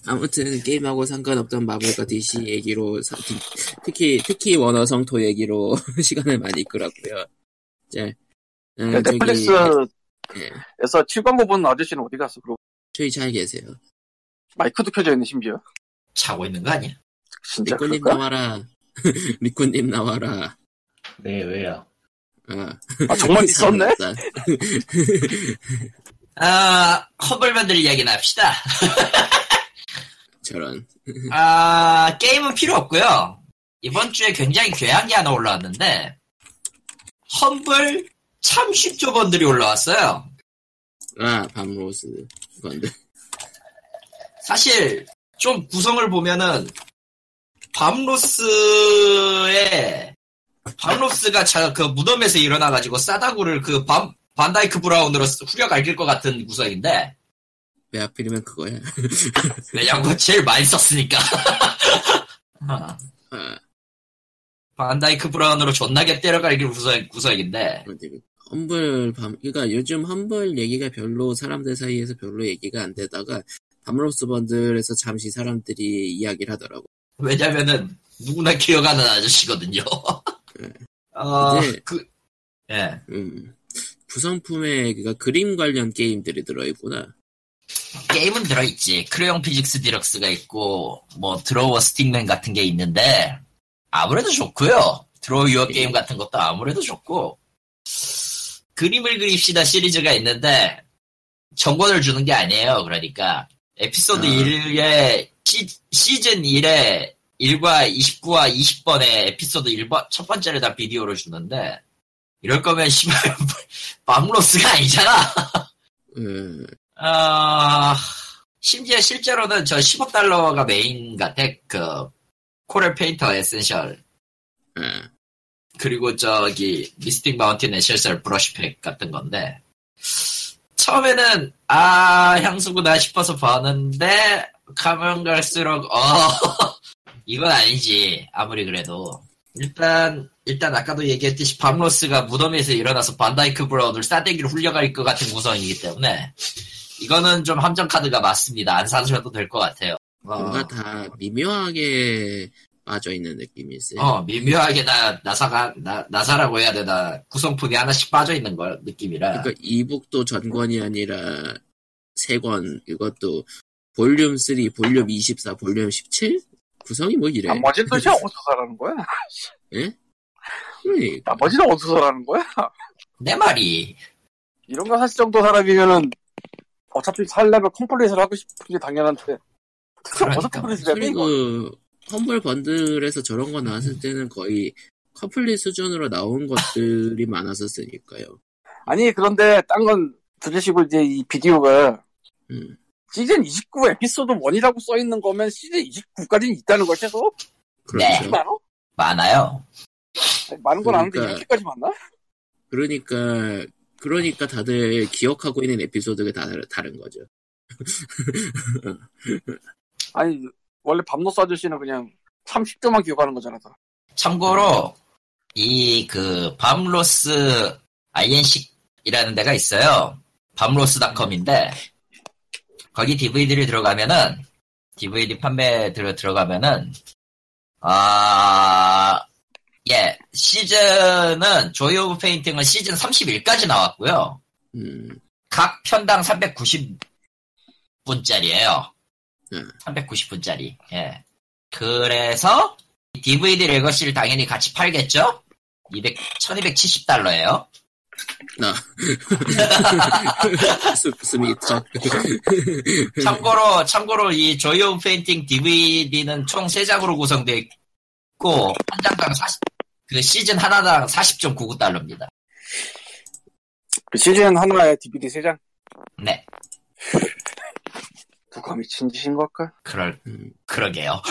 B: 아무튼 게임하고 상관없던 마블과 DC 얘기로 사- 특- 특히 특히 원어 성토 얘기로 시간을 많이 끌었고요. 이제 음, 저기- 예.
C: 넷플릭스에서 칠광고 본 아저씨는 어디 갔어? 그리고
B: 저희 잘 계세요.
C: 마이크도 켜져 있는 심지어.
A: 자고 있는 거 아니야?
C: 진짜
B: 미꾸님
C: 그럴까?
B: 나와라. 미꾸님 나와라.
D: 네, 왜요?
B: 아,
C: 아, 정말 있었네?
B: 상관없다.
A: 아, 험블맨들 이야기나 합시다.
B: 저런.
A: 아, 게임은 필요 없고요. 이번 주에 굉장히 괴한 게 하나 올라왔는데, 험블 참식조건들이 올라왔어요.
B: 아, 밤로스 건데.
A: 사실 좀 구성을 보면은 밤로스의 밤로스가 자, 그 무덤에서 일어나가지고 싸다구를 그 밤, 반다이크 브라운으로 쓰- 후려갈길 것 같은 구성인데
B: 왜 하필이면 그거야?
A: 왜냐면 제일 많이 썼으니까 어,
B: 아,
A: 반다이크 브라운으로 존나게 때려갈길 구성, 구성인데
B: 어디, 험블 밤, 그러니까 요즘 험블 얘기가 별로 사람들 사이에서 별로 얘기가 안 되다가 밤로스 번들에서 잠시 사람들이 이야기를 하더라고.
A: 왜냐면은 누구나 기억하는 아저씨거든요 어,
B: 근데-
A: 그, 예.
B: 음. 구성품에 그니까 그림 관련 게임들이 들어있구나.
A: 게임은 들어있지. 크레용 피직스 디럭스가 있고, 뭐, 드로워 스틱맨 같은 게 있는데, 아무래도 좋고요 드로우 유어 게임 같은 것도 아무래도 좋고, 그림을 그립시다 시리즈가 있는데, 정권을 주는 게 아니에요. 그러니까, 에피소드
B: 아.
A: 1에, 시, 즌 1에 1과 29와 20번에 에피소드 1번, 첫 번째를 다 비디오로 주는데, 이럴 거면, 씨발, 밤로스가 아니잖아!
B: 음,
A: 아, 심지어 실제로는 저 15달러가 메인 같아. 그, 코렐 페인터 에센셜.
B: 아,
A: 그리고 저기, 미스틱 마운틴 에센셜 브러쉬 팩 같은 건데. 처음에는, 아, 향수구나 싶어서 봤는데, 가면 갈수록, 어, 이건 아니지. 아무리 그래도. 일단, 일단 아까도 얘기했듯이 밤로스가 무덤에서 일어나서 반다이크 브라운을 싸대기로 훌려갈 것 같은 구성이기 때문에, 이거는 좀 함정 카드가 맞습니다. 안 사셔도 될 것 같아요. 어,
B: 뭔가 다 미묘하게 빠져있는 느낌이 있어요.
A: 어, 미묘하게 나, 나사가, 나, 나사라고 해야 되나, 구성품이 하나씩 빠져있는 걸, 느낌이라.
B: 그러니까 이북도 전권이 아니라 세권 이것도 볼륨 3, 볼륨 24, 볼륨 17 구성이 뭐
A: 아,
B: 이래?
C: 나머지는 도대체 어디서 사라는 거야?
B: 그러니
A: 아, 뭐,
C: 나머지는 어디서 사라는 거야?
A: 내 말이,
C: 이런 거 사실 정도 사람이면은 어차피 살려면 컴플릿을 하고 싶은 게 당연한데 특히 어디서
A: 그러니까.
C: 컴플릿을 해? 이거
B: 그리고 험블 번들에서 저런 거
A: 음.
B: 나왔을 때는 거의 커플리 수준으로 나온 것들이 많았었으니까요.
C: 아니 그런데 딴 건 들으시고 이제 이 비디오가
B: 음.
C: 시즌 29 에피소드 1이라고 써있는 거면 시즌 29까지는 있다는 걸 최소?
B: 그렇죠.
A: 네.
C: 많아?
A: 많아요.
C: 아니, 많은 건 아는데
B: 그러니까.
C: 이렇게까지 많나?
B: 그러니까 그러니까 다들 기억하고 있는 에피소드가 다 다른 거죠.
C: 아니 원래 밤노스 아저씨는 그냥 30초만 기억하는 거잖아 다.
A: 참고로, 이, 그, 밤로스, INC이라는 데가 있어요. 밤로스닷컴인데, 거기 DVD를 들어가면은, DVD 판매 들어, 들어가면은, 아, 예, 시즌은, 조이 오브 페인팅은 시즌 31까지 나왔고요
B: 음,
A: 각 편당 390분짜리예요.
B: 음.
A: 390분짜리. 예. 그래서 DVD 레거시를 당연히 같이 팔겠죠? 200, 1270달러예요.
B: 나 스- 스미트 음.
A: 참고로 참고로 이 조이온 페인팅 DVD는 총 3장으로 구성되어 있고 한 장당 40, 그 시즌 하나당 40.99달러입니다.
C: 그 시즌 하나에 DVD 3장?
A: 네.
C: 누가 미친 짓인 걸까?
A: 그럴
B: 음.
A: 그러게요.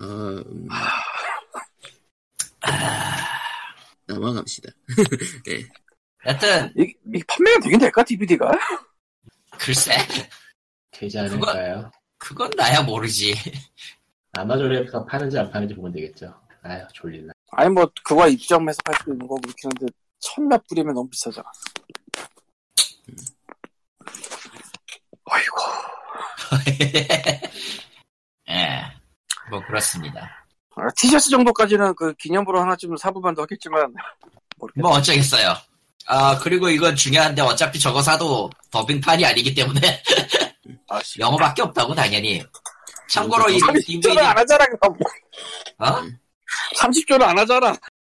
B: 어, 음. 넘어갑시다
A: 여튼
C: 이게, 이게 판매가 되긴 될까, DVD가?
A: 글쎄
D: 되지 않을까요?
A: 그건 나야 모르지.
D: 아마존에서 파는지 안 파는지 보면 되겠죠. 아유 졸린다.
C: 아니, 뭐, 그거 입점해서 할 수 있는 거 그렇긴 한데, 천몇 불이면 너무 비싸잖아. 아이고.
A: 예. 뭐 그렇습니다.
C: 아, 티셔츠 정도까지는 그 기념으로 하나쯤 사보만 더 하겠지만, 모르겠네.
A: 뭐 어쩌겠어요. 아 그리고 이건 중요한데 어차피 저거 사도 더빙판이 아니기 때문에
C: 아, 씨.
A: 영어밖에 없다고 당연히. 참고로 이
C: 아니,
A: DVD
C: 30조를 안 하잖아, 그럼.
A: 어?
C: 30조를 안 하잖아.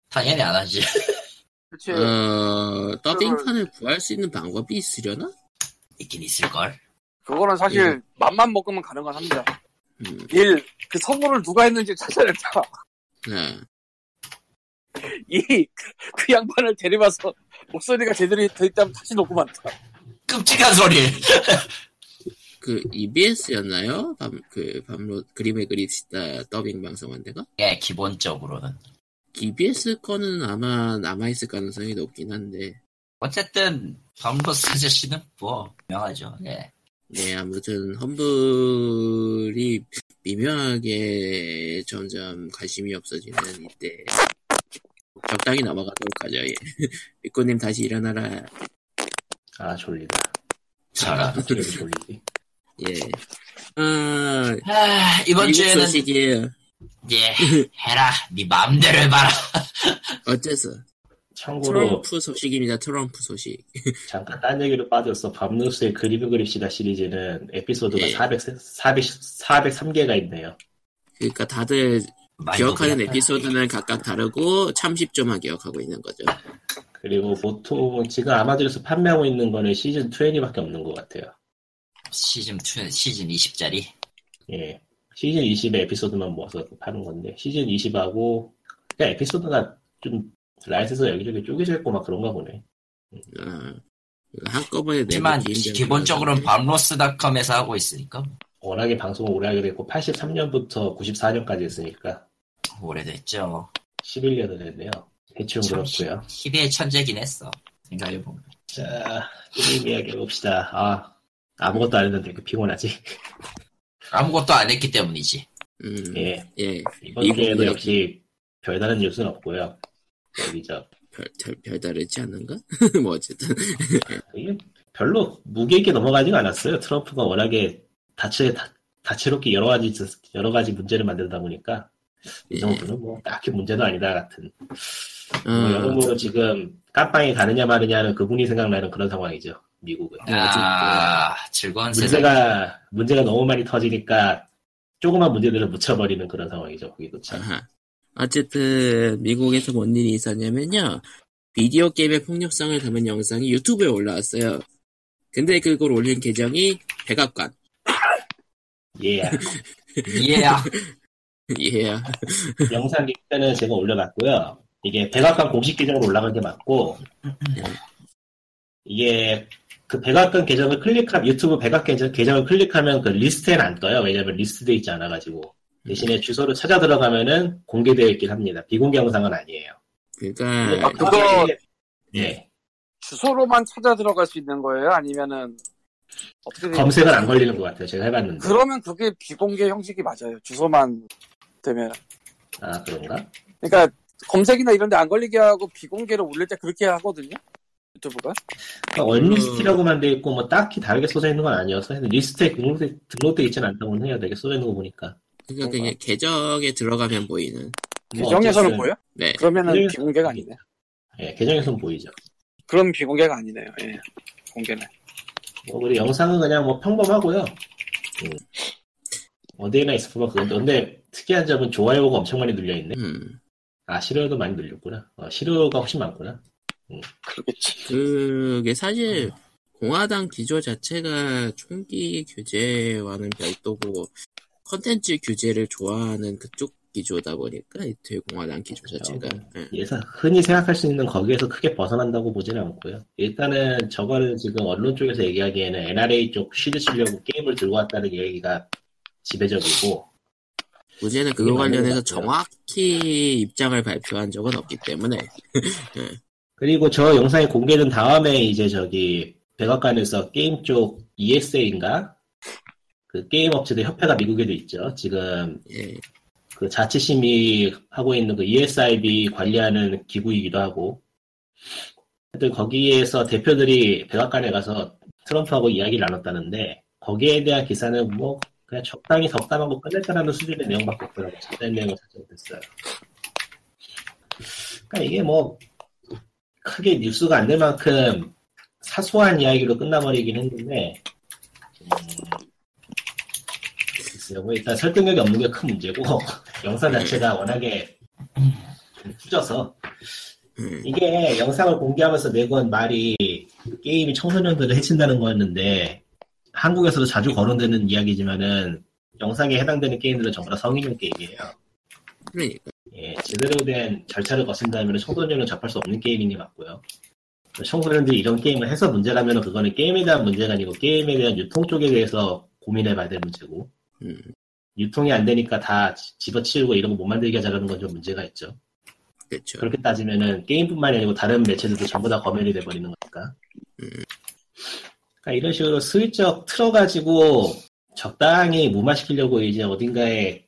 A: 당연히 안 하지.
C: 그치.
B: 어, 더빙판을 구할 수 있는 방법이 있으려나?
A: 있긴 있을걸.
C: 그거는 사실,
B: 예.
C: 맘만 먹으면 가능한 합니다.
B: 음,
C: 일, 그 서버를 누가 했는지 찾아냈다.
B: 네.
C: 이, 그, 그 양반을 데려와서 목소리가 제대로 돼 있다면 다시 녹음한다.
A: 끔찍한 소리.
B: 그 EBS였나요? 밤, 그 밤로 그림의 그립시다 더빙 방송한 데가?
A: 예, 기본적으로는.
B: EBS 거는 아마 남아있을 가능성이 높긴 한데
A: 어쨌든, 밤로스 아저씨는 뭐, 유명하죠. 예.
B: 네 아무튼 험블이 미묘하게 점점 관심이 없어지는 이때 적당히 넘어가도록 하죠 예. 미꾸님 다시 일어나라
D: 아 졸리다.
B: 아,
D: 아,
A: 저런.
D: 졸리 졸리지.
B: 예. 아,
A: 아, 이번
B: 미국
A: 주에는,
B: 소식이에요
A: 예, 해라. 네 맘대로 해봐라.
B: 어째서
A: 뭐
D: 참고로
B: 트럼프 소식입니다 트럼프 소식
D: 잠깐 딴 얘기로 빠졌어. 밤뉴스의 그림을 그립시다 시리즈는 에피소드가
B: 예.
D: 400, 400, 403개가 있네요.
B: 그러니까 다들
A: 많이
B: 기억하는
A: 먹으면
B: 에피소드는 각각 다르고 참십조만 기억하고 있는 거죠.
D: 그리고 보통 지금 아마존에서 판매하고 있는 거는 시즌 20밖에 없는 것 같아요.
A: 시즌 2, 시즌 20짜리.
D: 예. 시즌 20의 에피소드만 모아서 파는 건데, 시즌 20하고, 그냥 에피소드가 좀 라이센스 여기저기 쪼개져 있고 막 그런가 보네.
B: 아, 이거 한꺼번에 내는
A: 하지만,
B: 게 힘들긴
A: 기본적으로는
B: 하던데.
A: 밤로스닷컴에서 하고 있으니까,
D: 워낙에 방송을 오래 하게 됐고, 83년부터 94년까지 했으니까,
A: 오래됐죠.
D: 11년을 했네요. 대충
A: 참
D: 그렇고요
A: 희대의 천재긴 했어. 생각해보면.
D: 자, 게임 이야기 해봅시다. 아, 아무것도 안 했는데 이렇게 피곤하지?
A: 아무것도 안 했기 때문이지.
B: 음,
A: 네.
B: 예.
D: 예. 이번 주에도 역시 별다른 뉴스는 없고요. 여기 저,
B: 별, 별, 별다르지 않은가? 뭐 어쨌든
D: 이게 별로 무게 있게 넘어가지가 않았어요. 트럼프가 워낙에 다채 다, 다채롭게 여러 가지 저- 여러 가지 문제를 만들다 보니까 이
B: 예.
D: 정도는 뭐 딱히 문제도 아니다 같은. 뭐
B: 음.
D: 여러모로 지금 깜빵이 가느냐 마느냐는 그분이 생각나는 그런 상황이죠. 미국은
B: 아,
A: 아,
B: 그
A: 즐거운 세상.
D: 문제가 문제가 너무 많이 터지니까 조그만 문제들을 묻혀버리는 그런 상황이죠. 거기도 참.
B: 아하. 어쨌든 미국에서 뭔 일이 있었냐면요. 비디오 게임의 폭력성을 담은 영상이 유튜브에 올라왔어요. 근데 그걸 올린 계정이 백악관.
D: 예.
A: 예, 아,
B: 예.
D: 영상 링크는 제가 올려놨고요. 이게 백악관 공식 계정으로 올라간 게 맞고, 이게 그 백악관 계정을 클릭하면, 유튜브 백악관 계정, 계정을 클릭하면 그 리스트엔 안 떠요. 왜냐면 리스트돼 있지 않아가지고. 대신에 주소로 찾아 들어가면은 공개되어 있긴 합니다. 비공개 영상은 아니에요.
B: 그러니까
C: 그거-
D: 예.
C: 주소로만 찾아 들어갈 수 있는 거예요? 아니면은, 어떻게 돼?
D: 검색은 안 걸리는 것 같아요. 제가 해봤는데.
C: 그러면 그게 비공개 형식이 맞아요. 주소만 되면.
D: 아, 그런가?
C: 그러니까, 검색이나 이런 데 안 걸리게 하고 비공개로 올릴 때 그렇게 하거든요? 유튜브가?
D: 그러니까 원리스트라고만 돼 있고, 뭐 딱히 다르게 써져 있는 건 아니어서, 리스트에 등록돼, 등록돼 있진 않다고는 해요. 되게 써져 있는 거 보니까.
B: 그러니까 그냥 계정에 들어가면 보이는.
D: 뭐
C: 규정에서는
D: 어쨌든,
C: 보여?
B: 네.
C: 그러면은
D: 예.
C: 비공개가 아니네.
D: 예, 계정에서는 보이죠.
C: 그럼 비공개가 아니네요. 예. 공개는.
D: 뭐, 우리 영상은 그냥 뭐 평범하고요. 어디에나 있을 것 같고 근데 특이한 점은 좋아요가 엄청 많이 눌려있네
B: 음,
D: 아 싫어요도 많이 눌렸구나 어, 싫어요가 훨씬 많구나
C: 그러겠지.
B: 그게 사실 공화당 기조 자체가 총기 규제와는 별도고 컨텐츠 규제를 좋아하는 그쪽 기조다 보니까 이틀 공화당 기조 자체가 예.
D: 예사 흔히 생각할 수 있는 거기에서 크게 벗어난다고 보지는 않고요 일단은 저거를 지금 언론 쪽에서 얘기하기에는 NRA 쪽 쉬드 치려고 게임을 들고 왔다는 얘기가 지배적이고
B: 문제는
D: 이게
B: 그거
D: 맞는
B: 관련해서
D: 것 같아요.
B: 정확히 입장을 발표한 적은 없기 때문에
D: 그리고 저 영상이 공개된 다음에 이제 저기 백악관에서 게임 쪽 ESA인가 그 게임 업체들 협회가 미국에도 있죠. 지금
B: 예,
D: 그 자체 심의 하고 있는 그 ESIB 관리하는 기구이기도 하고. 하여튼 거기에서 대표들이 백악관에 가서 트럼프하고 이야기를 나눴다는데 거기에 대한 기사는 뭐 그냥 적당히 덕담하고 끝냈다라는 수준의 내용밖에 없더라고요. 자세한 내용을 찾지 못했어요. 그러니까 이게 뭐 크게 뉴스가 안 될 만큼 사소한 이야기로 끝나버리긴 했는데 음, 글쎄요. 뭐 일단 설득력이 없는 게 큰 문제고 영상 자체가 워낙에 후져서
B: 음,
D: 이게 영상을 공개하면서 내건 말이 게임이 청소년들을 해친다는 거였는데 한국에서도 자주 거론되는 이야기지만은 영상에 해당되는 게임들은 전부 다 성인용 게임이에요.
B: 그러니까
D: 예, 제대로 된 절차를 거친다면 청소년은 접할 수 없는 게임인 것 같고요. 청소년들이 이런 게임을 해서 문제라면 그거는 게임에 대한 문제가 아니고 게임에 대한 유통 쪽에 대해서 고민해봐야 될 문제고
B: 음.
D: 유통이 안 되니까 다 지- 집어치우고 이런 거 못 만들게 하자는 건 좀 문제가 있죠.
B: 그렇죠.
D: 그렇게 따지면은 게임뿐만이 아니고 다른 매체들도 전부 다 검열이 돼버리는 거니까. 그러니까 이런 식으로 슬쩍 틀어가지고 적당히 무마시키려고 이제 어딘가에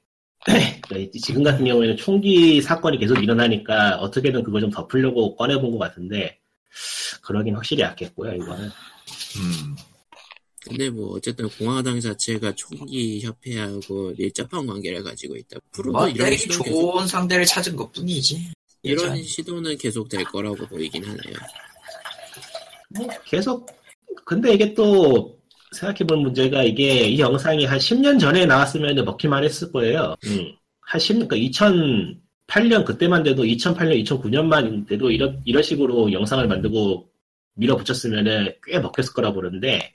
D: 그러니까 지금 같은 경우에는 총기 사건이 계속 일어나니까 어떻게든 그걸 좀 덮으려고 꺼내본 것 같은데 그러긴 확실히 약했고요 이거는
E: 음.
B: 근데 뭐 어쨌든 공화당 자체가 총기 협회하고 밀접한 관계를 가지고 있다. 앞으로도
A: 뭐
B: 이런
A: 때리기
B: 시도
A: 좋은
B: 계속,
A: 상대를 찾은 것 뿐이지.
B: 이런 시도는 계속 될 거라고 보이긴 하네요.
D: 뭐 계속 근데 이게 또 생각해볼 문제가 이게 이 영상이 한 10년 전에 나왔으면 먹기만 했을 거예요. 한 10, 그러니까 2008년 그때만 돼도 2008년, 2009년만 돼도 이런 이런 식으로 영상을 만들고 밀어붙였으면은 꽤 먹혔을 거라 보는데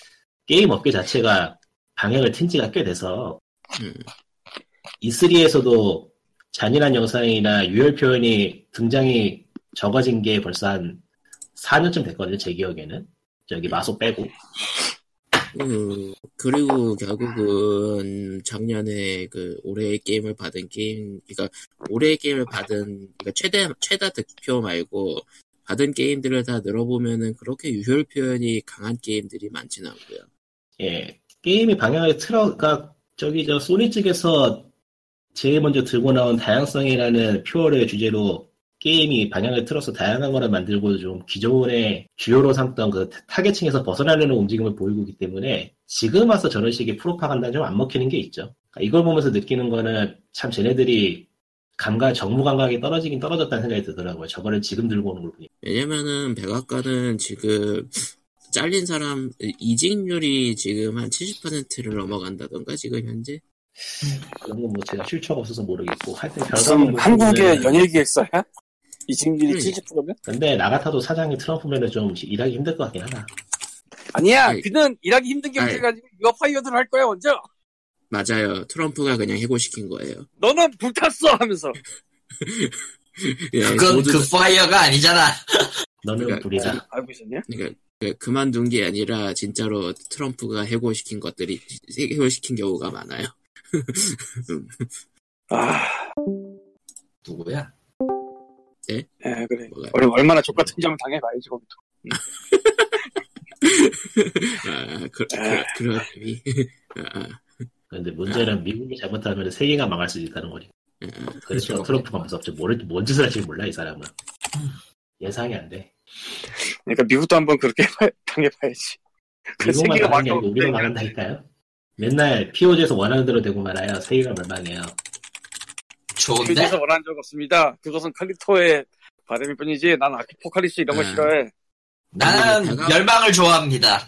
D: 게임 업계 자체가 방향을 튼 지가 꽤 돼서
B: 음.
D: E3에서도 잔인한 영상이나 유혈 표현이 등장이 적어진 게 벌써 한 4년쯤 됐거든요, 제 기억에는. 저기 마소 빼고.
B: 음, 그리고 결국은 작년에 그 올해의 게임을 받은 게임, 그러니까 올해의 게임을 받은 그러니까 최대 최다 득표 말고 받은 게임들을 다 늘어보면은 그렇게 유혈 표현이 강한 게임들이 많진 않고요.
D: 예. 게임이 방향을 틀어, 가 저기 저 소니 측에서 제일 먼저 들고 나온 다양성이라는 표어를 주제로 게임이 방향을 틀어서 다양한 거를 만들고 좀 기존의 주요로 삼던 그 타- 타겟층에서 벗어나려는 움직임을 보이고 있기 때문에 지금 와서 저런 식의 프로파간다 좀 안 먹히는 게 있죠. 그러니까 이걸 보면서 느끼는 거는 참 쟤네들이 감각, 정무 감각이 떨어지긴 떨어졌다는 생각이 들더라고요. 저거를 지금 들고 오는 걸 보니까.
B: 왜냐면은 백악관은 지금 잘린 사람 이직률이 지금 한 70%를 넘어간다던가 지금 현재
D: 그런 건 뭐 제가 출처가 없어서 모르겠고 하여튼 결과는 뭐 예.
C: 무슨 한국의 연예 기획사야? 이진길이
B: 음.
C: 70%면?
D: 근데 나 같아도 사장이 트럼프면은 좀 일하기 힘들 것 같긴 하다.
C: 아니야.
D: 예.
B: 아니.
C: 그는 일하기 힘든 게
B: 아니.
C: 문제가지고 누가 파이어드를 할 거야 먼저.
B: 맞아요 트럼프가 그냥 해고시킨 거예요.
C: 너는 불탔어 하면서.
B: 예,
A: 그건
B: 모두
A: 그 파이어가 아니잖아.
D: 너는
B: 그러니까-
D: 불이다.
C: 알고 있었냐?
B: 그러니까 그- 그만둔 게 아니라 진짜로 트럼프가 해고시킨 것들이 해고시킨 경우가 많아요.
C: 아,
A: 누구야?
C: 예 그래.
B: 뭐가요?
C: 얼- 얼마나 족 같은 점을 당해봐야지 거기도.
B: 아, 그, 그, 그런 의미. 아, 아,
D: 근데 문제는 미국이 잘못하면 세계가 망할 수 있다는 거니.
B: 아.
D: 그래서 트럼프가 무섭죠. 모르, 뭔 짓을 할지 몰라 이 사람은. 예상이 안 돼.
C: 그러니까 미국도 한번 그렇게 해봐- 당해봐야지. 그
D: 미국만
C: 세계가
D: 망하는 게
C: 망하고
D: 아니고 우리가 망한다니까요. 맨날 POG에서 원하는 대로 되고 말아요. 세계가 멸망해요.
A: 좋은데?
C: 그래서 원한 적 없습니다. 그것은 칼리토의 바람일 뿐이지 난 아포칼립스 이런 거
A: 네.
B: 음.
C: 싫어해.
A: 나는
B: 내가-
A: 멸망을 좋아합니다.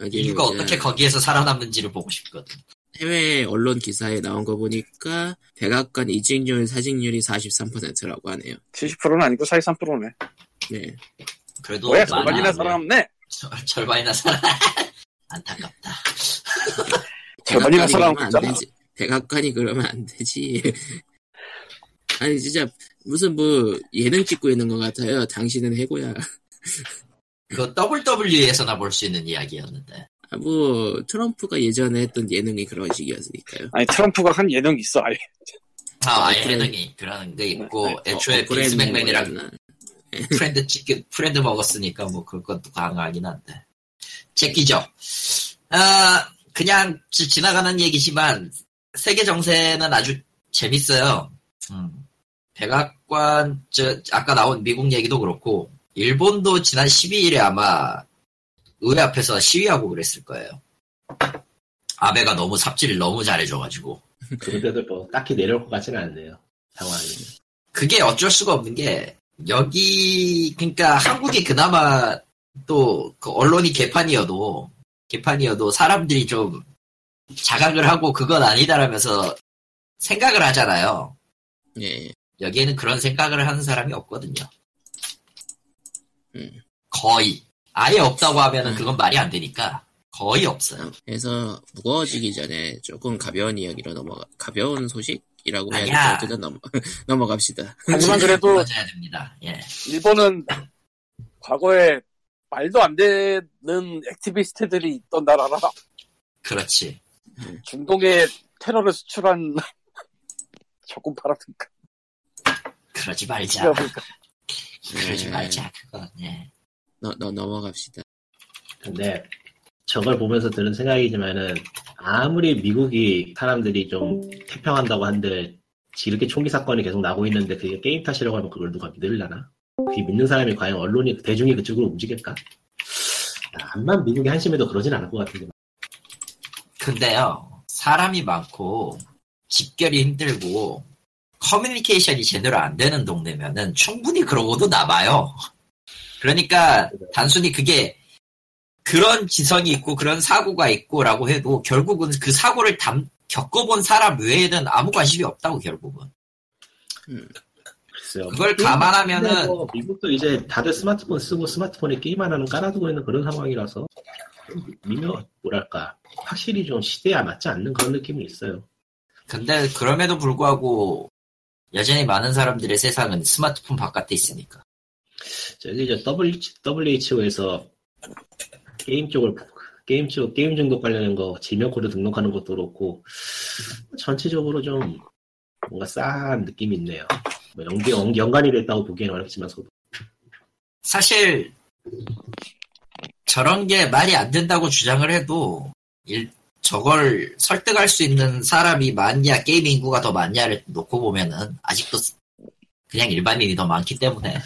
B: 아니,
A: 인류가
B: 그냥
A: 어떻게 거기에서 살아남는지를 보고 싶거든.
B: 해외 언론 기사에 나온 거 보니까 백악관 이직률 사직률이 43%라고 하네요.
C: 70%는 아니고 43%네.
B: 네.
A: 그래도
C: 뭐야,
A: 많아.
C: 절반이나 살아남네.
A: 절- 절반이나 살아. 안타깝다.
B: 백악관이
C: 절반이나
B: 그러면
C: 살아남고
B: 안
C: 있잖아.
B: 되지. 백악관이 그러면 안 되지. 아니 진짜 무슨 뭐 예능 찍고 있는 것 같아요. 당신은 해고야.
A: 그거 WWE에서나 볼 수 있는 이야기였는데.
B: 아, 뭐 트럼프가 예전에 했던 예능이 그런 식이었으니까요.
C: 아니, 트럼프가 한 예능이 있어, 아예.
A: 아, 아예
B: 그래.
A: 해능이 그런 게
C: 네,
A: 있고,
B: 어,
A: 뭐 애초에
B: 어,
A: 빈스
B: 그랬는
A: 맥맨이랑
B: 거였나?
A: 프렌드 치킨, 프렌드 먹었으니까 뭐 그것도 강하긴 한데. 제끼죠. 아, 그냥 지- 지나가는 얘기지만, 세계 정세는 아주 재밌어요. 음. 백악관, 저, 아까 나온 미국 얘기도 그렇고, 일본도 지난 12일에 아마 의회 앞에서 시위하고 그랬을 거예요. 아베가 너무 삽질을 너무 잘해줘가지고.
D: 그런데도 뭐 딱히 내려올 것 같지는 않네요. 상황이.
A: 그게 어쩔 수가 없는 게 여기 그러니까 한국이 그나마 또그 언론이 개판이어도 개판이어도 사람들이 좀 자각을 하고 그건 아니다라면서 생각을 하잖아요.
B: 예.
A: 여기에는 그런 생각을 하는 사람이 없거든요.
B: 음.
A: 거의 아예 없다고 하면은
B: 음.
A: 그건 말이 안 되니까 거의 없어요.
B: 그래서 무거워지기 전에 조금 가벼운 이야기로 넘어가 가벼운 소식이라고 해야
A: 아니야.
B: 될까 어쨌든 넘어 넘어갑시다.
C: 하지만 그래도
A: 맞아야 됩니다. 예.
C: 일본은 과거에 말도 안 되는 액티비스트들이 있던 나라라
A: 그렇지.
C: 중동에 테러를 수출한 적군 파라든가
A: 그러지 말자.
C: 그러니까
A: 그러지
B: 예.
A: 말자. 그건 예.
B: 너, 너 넘어갑시다.
D: 근데 저걸 보면서 드는 생각이지만은 아무리 미국이 사람들이 좀 태평한다고 한들 이렇게 총기 사건이 계속 나고 있는데 그게 게임 탓이라고 하면 그걸 누가 믿을라나? 그 믿는 사람이 과연 언론이 대중이 그쪽으로 움직일까? 아, 암만 미국이 한심해도 그러진 않을 것 같은데
A: 근데요, 사람이 많고, 집결이 힘들고, 커뮤니케이션이 제대로 안 되는 동네면은 충분히 그러고도 남아요. 그러니까, 단순히 그게, 그런 지성이 있고, 그런 사고가 있고라고 해도, 결국은 그 사고를 담- 겪어본 사람 외에는 아무 관심이 없다고, 결국은.
D: 글쎄요.
A: 그걸 감안하면은,
D: 그렇죠. 뭐 미국도 이제 다들 스마트폰 쓰고 스마트폰에 게임 하나는 깔아두고 있는 그런 상황이라서 좀 미묘 뭐랄까 확실히 좀 시대에 맞지 않는 그런 느낌이 있어요.
A: 근데 그럼에도 불구하고, 여전히 많은 사람들의 세상은 스마트폰 바깥에 있으니까.
D: 저기 저 WHO에서 게임 쪽을 게임 쪽 게임 중독 관련된 거 질명코드 등록하는 것도 그렇고 전체적으로 좀 뭔가 싸한 느낌이 있네요. 뭐 연기, 연- 연관이 됐다고 보기에는 어렵지만서도
A: 사실 저런 게 말이 안 된다고 주장을 해도 일- 저걸 설득할 수 있는 사람이 많냐 게임 인구가 더 많냐를 놓고 보면은 아직도 그냥 일반인이 더 많기 때문에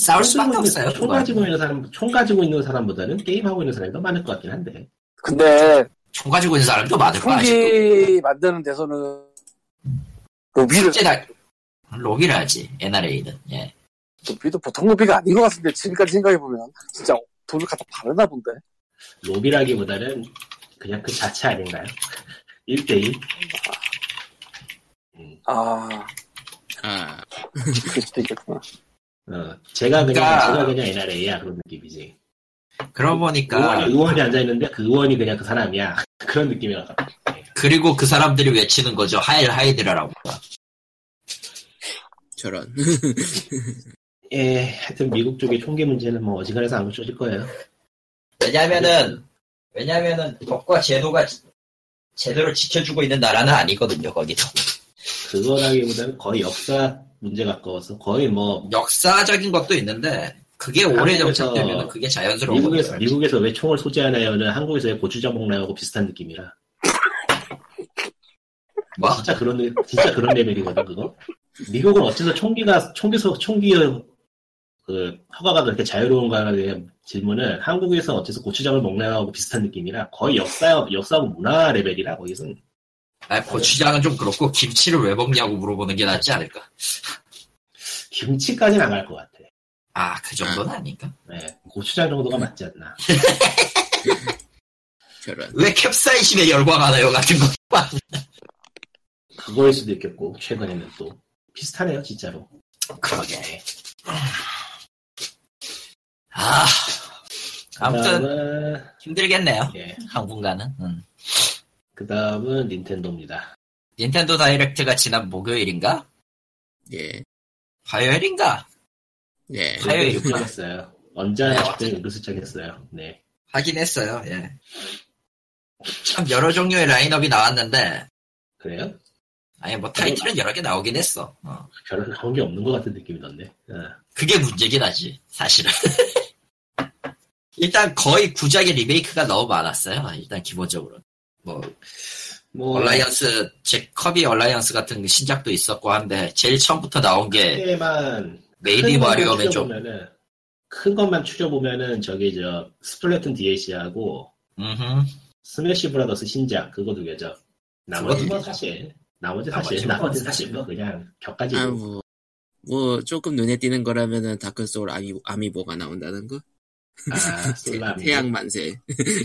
A: 싸울 수밖에
D: 가지고 있는-
A: 없어요,
D: 총
A: 그거는.
D: 가지고 있는 사람 총 가지고 있는 사람보다는 게임 하고 있는 사람이 더 많을 것 같긴 한데
C: 근데
A: 총 가지고 있는 사람이 더 많을 거야 아직도
C: 총기 만드는 데서는 그 로비를
A: 실제 날 로비를 하지 NRA는 예.
C: 로비도 그 보통 로비가 아닌 것 같은데 지금까지 생각해보면 진짜 돈을 갖다 바르나 본데
D: 로비라기보다는 그냥 그 자체 아닌가요? 1대1
C: 아
B: 아
C: 그럴 수도 있겠구나
D: 어, 제가 그냥
A: 그러니까-
D: 제가 그냥 NRA야 그런 느낌이지.
A: 그러고 보니까
D: 의원이, 의원이 앉아있는데 그 의원이 그냥 그 사람이야. 그런 느낌이 나.
A: 그리고 그 사람들이 외치는 거죠 하일 하이드라라고
B: 저런.
D: 예, 하여튼 미국 쪽의 총기 문제는 뭐 어지간해서 안 고쳐질 거예요.
A: 왜냐면은 왜냐면은 법과 제도가 지- 제대로 지켜주고 있는 나라는 아니거든요 거기도
D: 그거라기보다는 거의 역사 문제 가까워서 거의 뭐
A: 역사적인 것도 있는데 그게 오래
D: 한국에서-
A: 정착되면 그게 자연스러운
D: 미국에서
A: 거죠.
D: 미국에서 왜 총을 소지하나요는 한국에서 왜 고추장 먹나요하고 비슷한 느낌이라
A: 뭐?
D: 진짜 그런 레- 진짜 그런 레벨이거든 그거. 미국은 어째서 총기가 총기 소 총기 그 허가가 그렇게 자유로운가에 대한 질문을 한국에서 어째서 고추장을 먹나요하고 비슷한 느낌이라 거의 역사 역사고 문화 레벨이라 거기서
A: 아, 고추장은 좀 그렇고 김치를 왜 먹냐고 물어보는 게 낫지 않을까?
D: 김치까지는 안 갈 것 같아.
A: 아 그 정도는 아닐까?
D: 네, 고추장 정도가 맞지 않나.
B: 저런.
A: 왜 캡사이신에 열광하나요 같은 거.
D: 그거일 수도 있겠고 최근에는 또 비슷하네요 진짜로 네.
A: 그러게. 아
D: 네.
A: 아무튼
D: 그다음은-
A: 힘들겠네요.
D: 예.
A: 당분간은. 음.
D: 그 다음은 닌텐도입니다
A: 닌텐도 다이렉트가 지난 목요일인가?
B: 예.
A: 화요일인가?
B: 예.
A: 화요일.
D: 요정했어요 언제 하나
A: 네,
D: 싶더니 은근 슬쩍했어요 네
A: 확인했어요. 예. 참 여러 종류의 라인업이 나왔는데
D: 그래요?
A: 아니 뭐 타이틀은 여러 개 나오긴 했어. 어.
D: 별로 나온 게 없는 것 같은 느낌이던데 어.
A: 그게 문제긴 하지 사실은. 일단 거의 구작의 리메이크가 너무 많았어요. 일단 기본적으로 뭐
D: 뭐
A: 얼라이언스 잭 커비 얼라이언스 같은 신작도 있었고 한데 제일 처음부터 나온
D: 아, 네.
A: 게
D: 게만
A: 메이비 마리오맨 좀
D: 면큰 것만 추려보면은 저기 저 스플래툰 DLC하고
A: 음흠.
D: 스매시 브라더스 신작 그거 두 개죠 나머지
A: 그것도
D: 뭐
A: 뭐죠?
D: 사실
A: 나머지
D: 나머지 사실
A: 뭐
D: 나머지
A: 사실
D: 사실 뭐
A: 뭐.
D: 그냥 격가지고
B: 아, 뭐, 뭐, 조금 눈에 띄는 거라면은 다크소울 아미, 아미보가 나온다는 거?
D: 아,
B: 태,
D: 솔람
B: 태양 만세.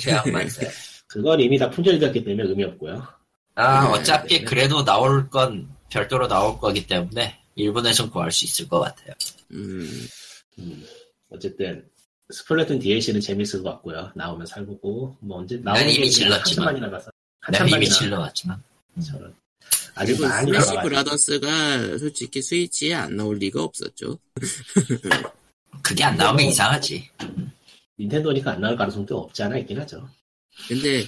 A: 최악만세.
D: 그건 이미 다 품절이 됐기 때문에 의미 없고요
A: 아,
B: 네,
A: 어차피
D: 네.
A: 그래도 나올 건 별도로 나올 거기 때문에 일본에선 구할 수 있을 것 같아요.
B: 음,
D: 음, 어쨌든 스플래툰 DLC는 재밌을 것 같고요 나오면 살고 뭐 언제
A: 난
D: 나오는
A: 이미
D: 게
A: 질렀지만.
D: 그냥 한참 많이 남았어
A: 내가
D: 한참 많이
A: 이미
D: 남았어
A: 질러왔지만.
D: 저런 아직
B: 그리고
D: 많이
B: 스매시
D: 남아가지고.
B: 브라더스가 솔직히 스위치에 안 나올 리가 없었죠.
A: 그게 안 나오면 이상하지.
D: 닌텐도니까 안 나올 가능성도 없지 않아 있긴 하죠.
B: 근데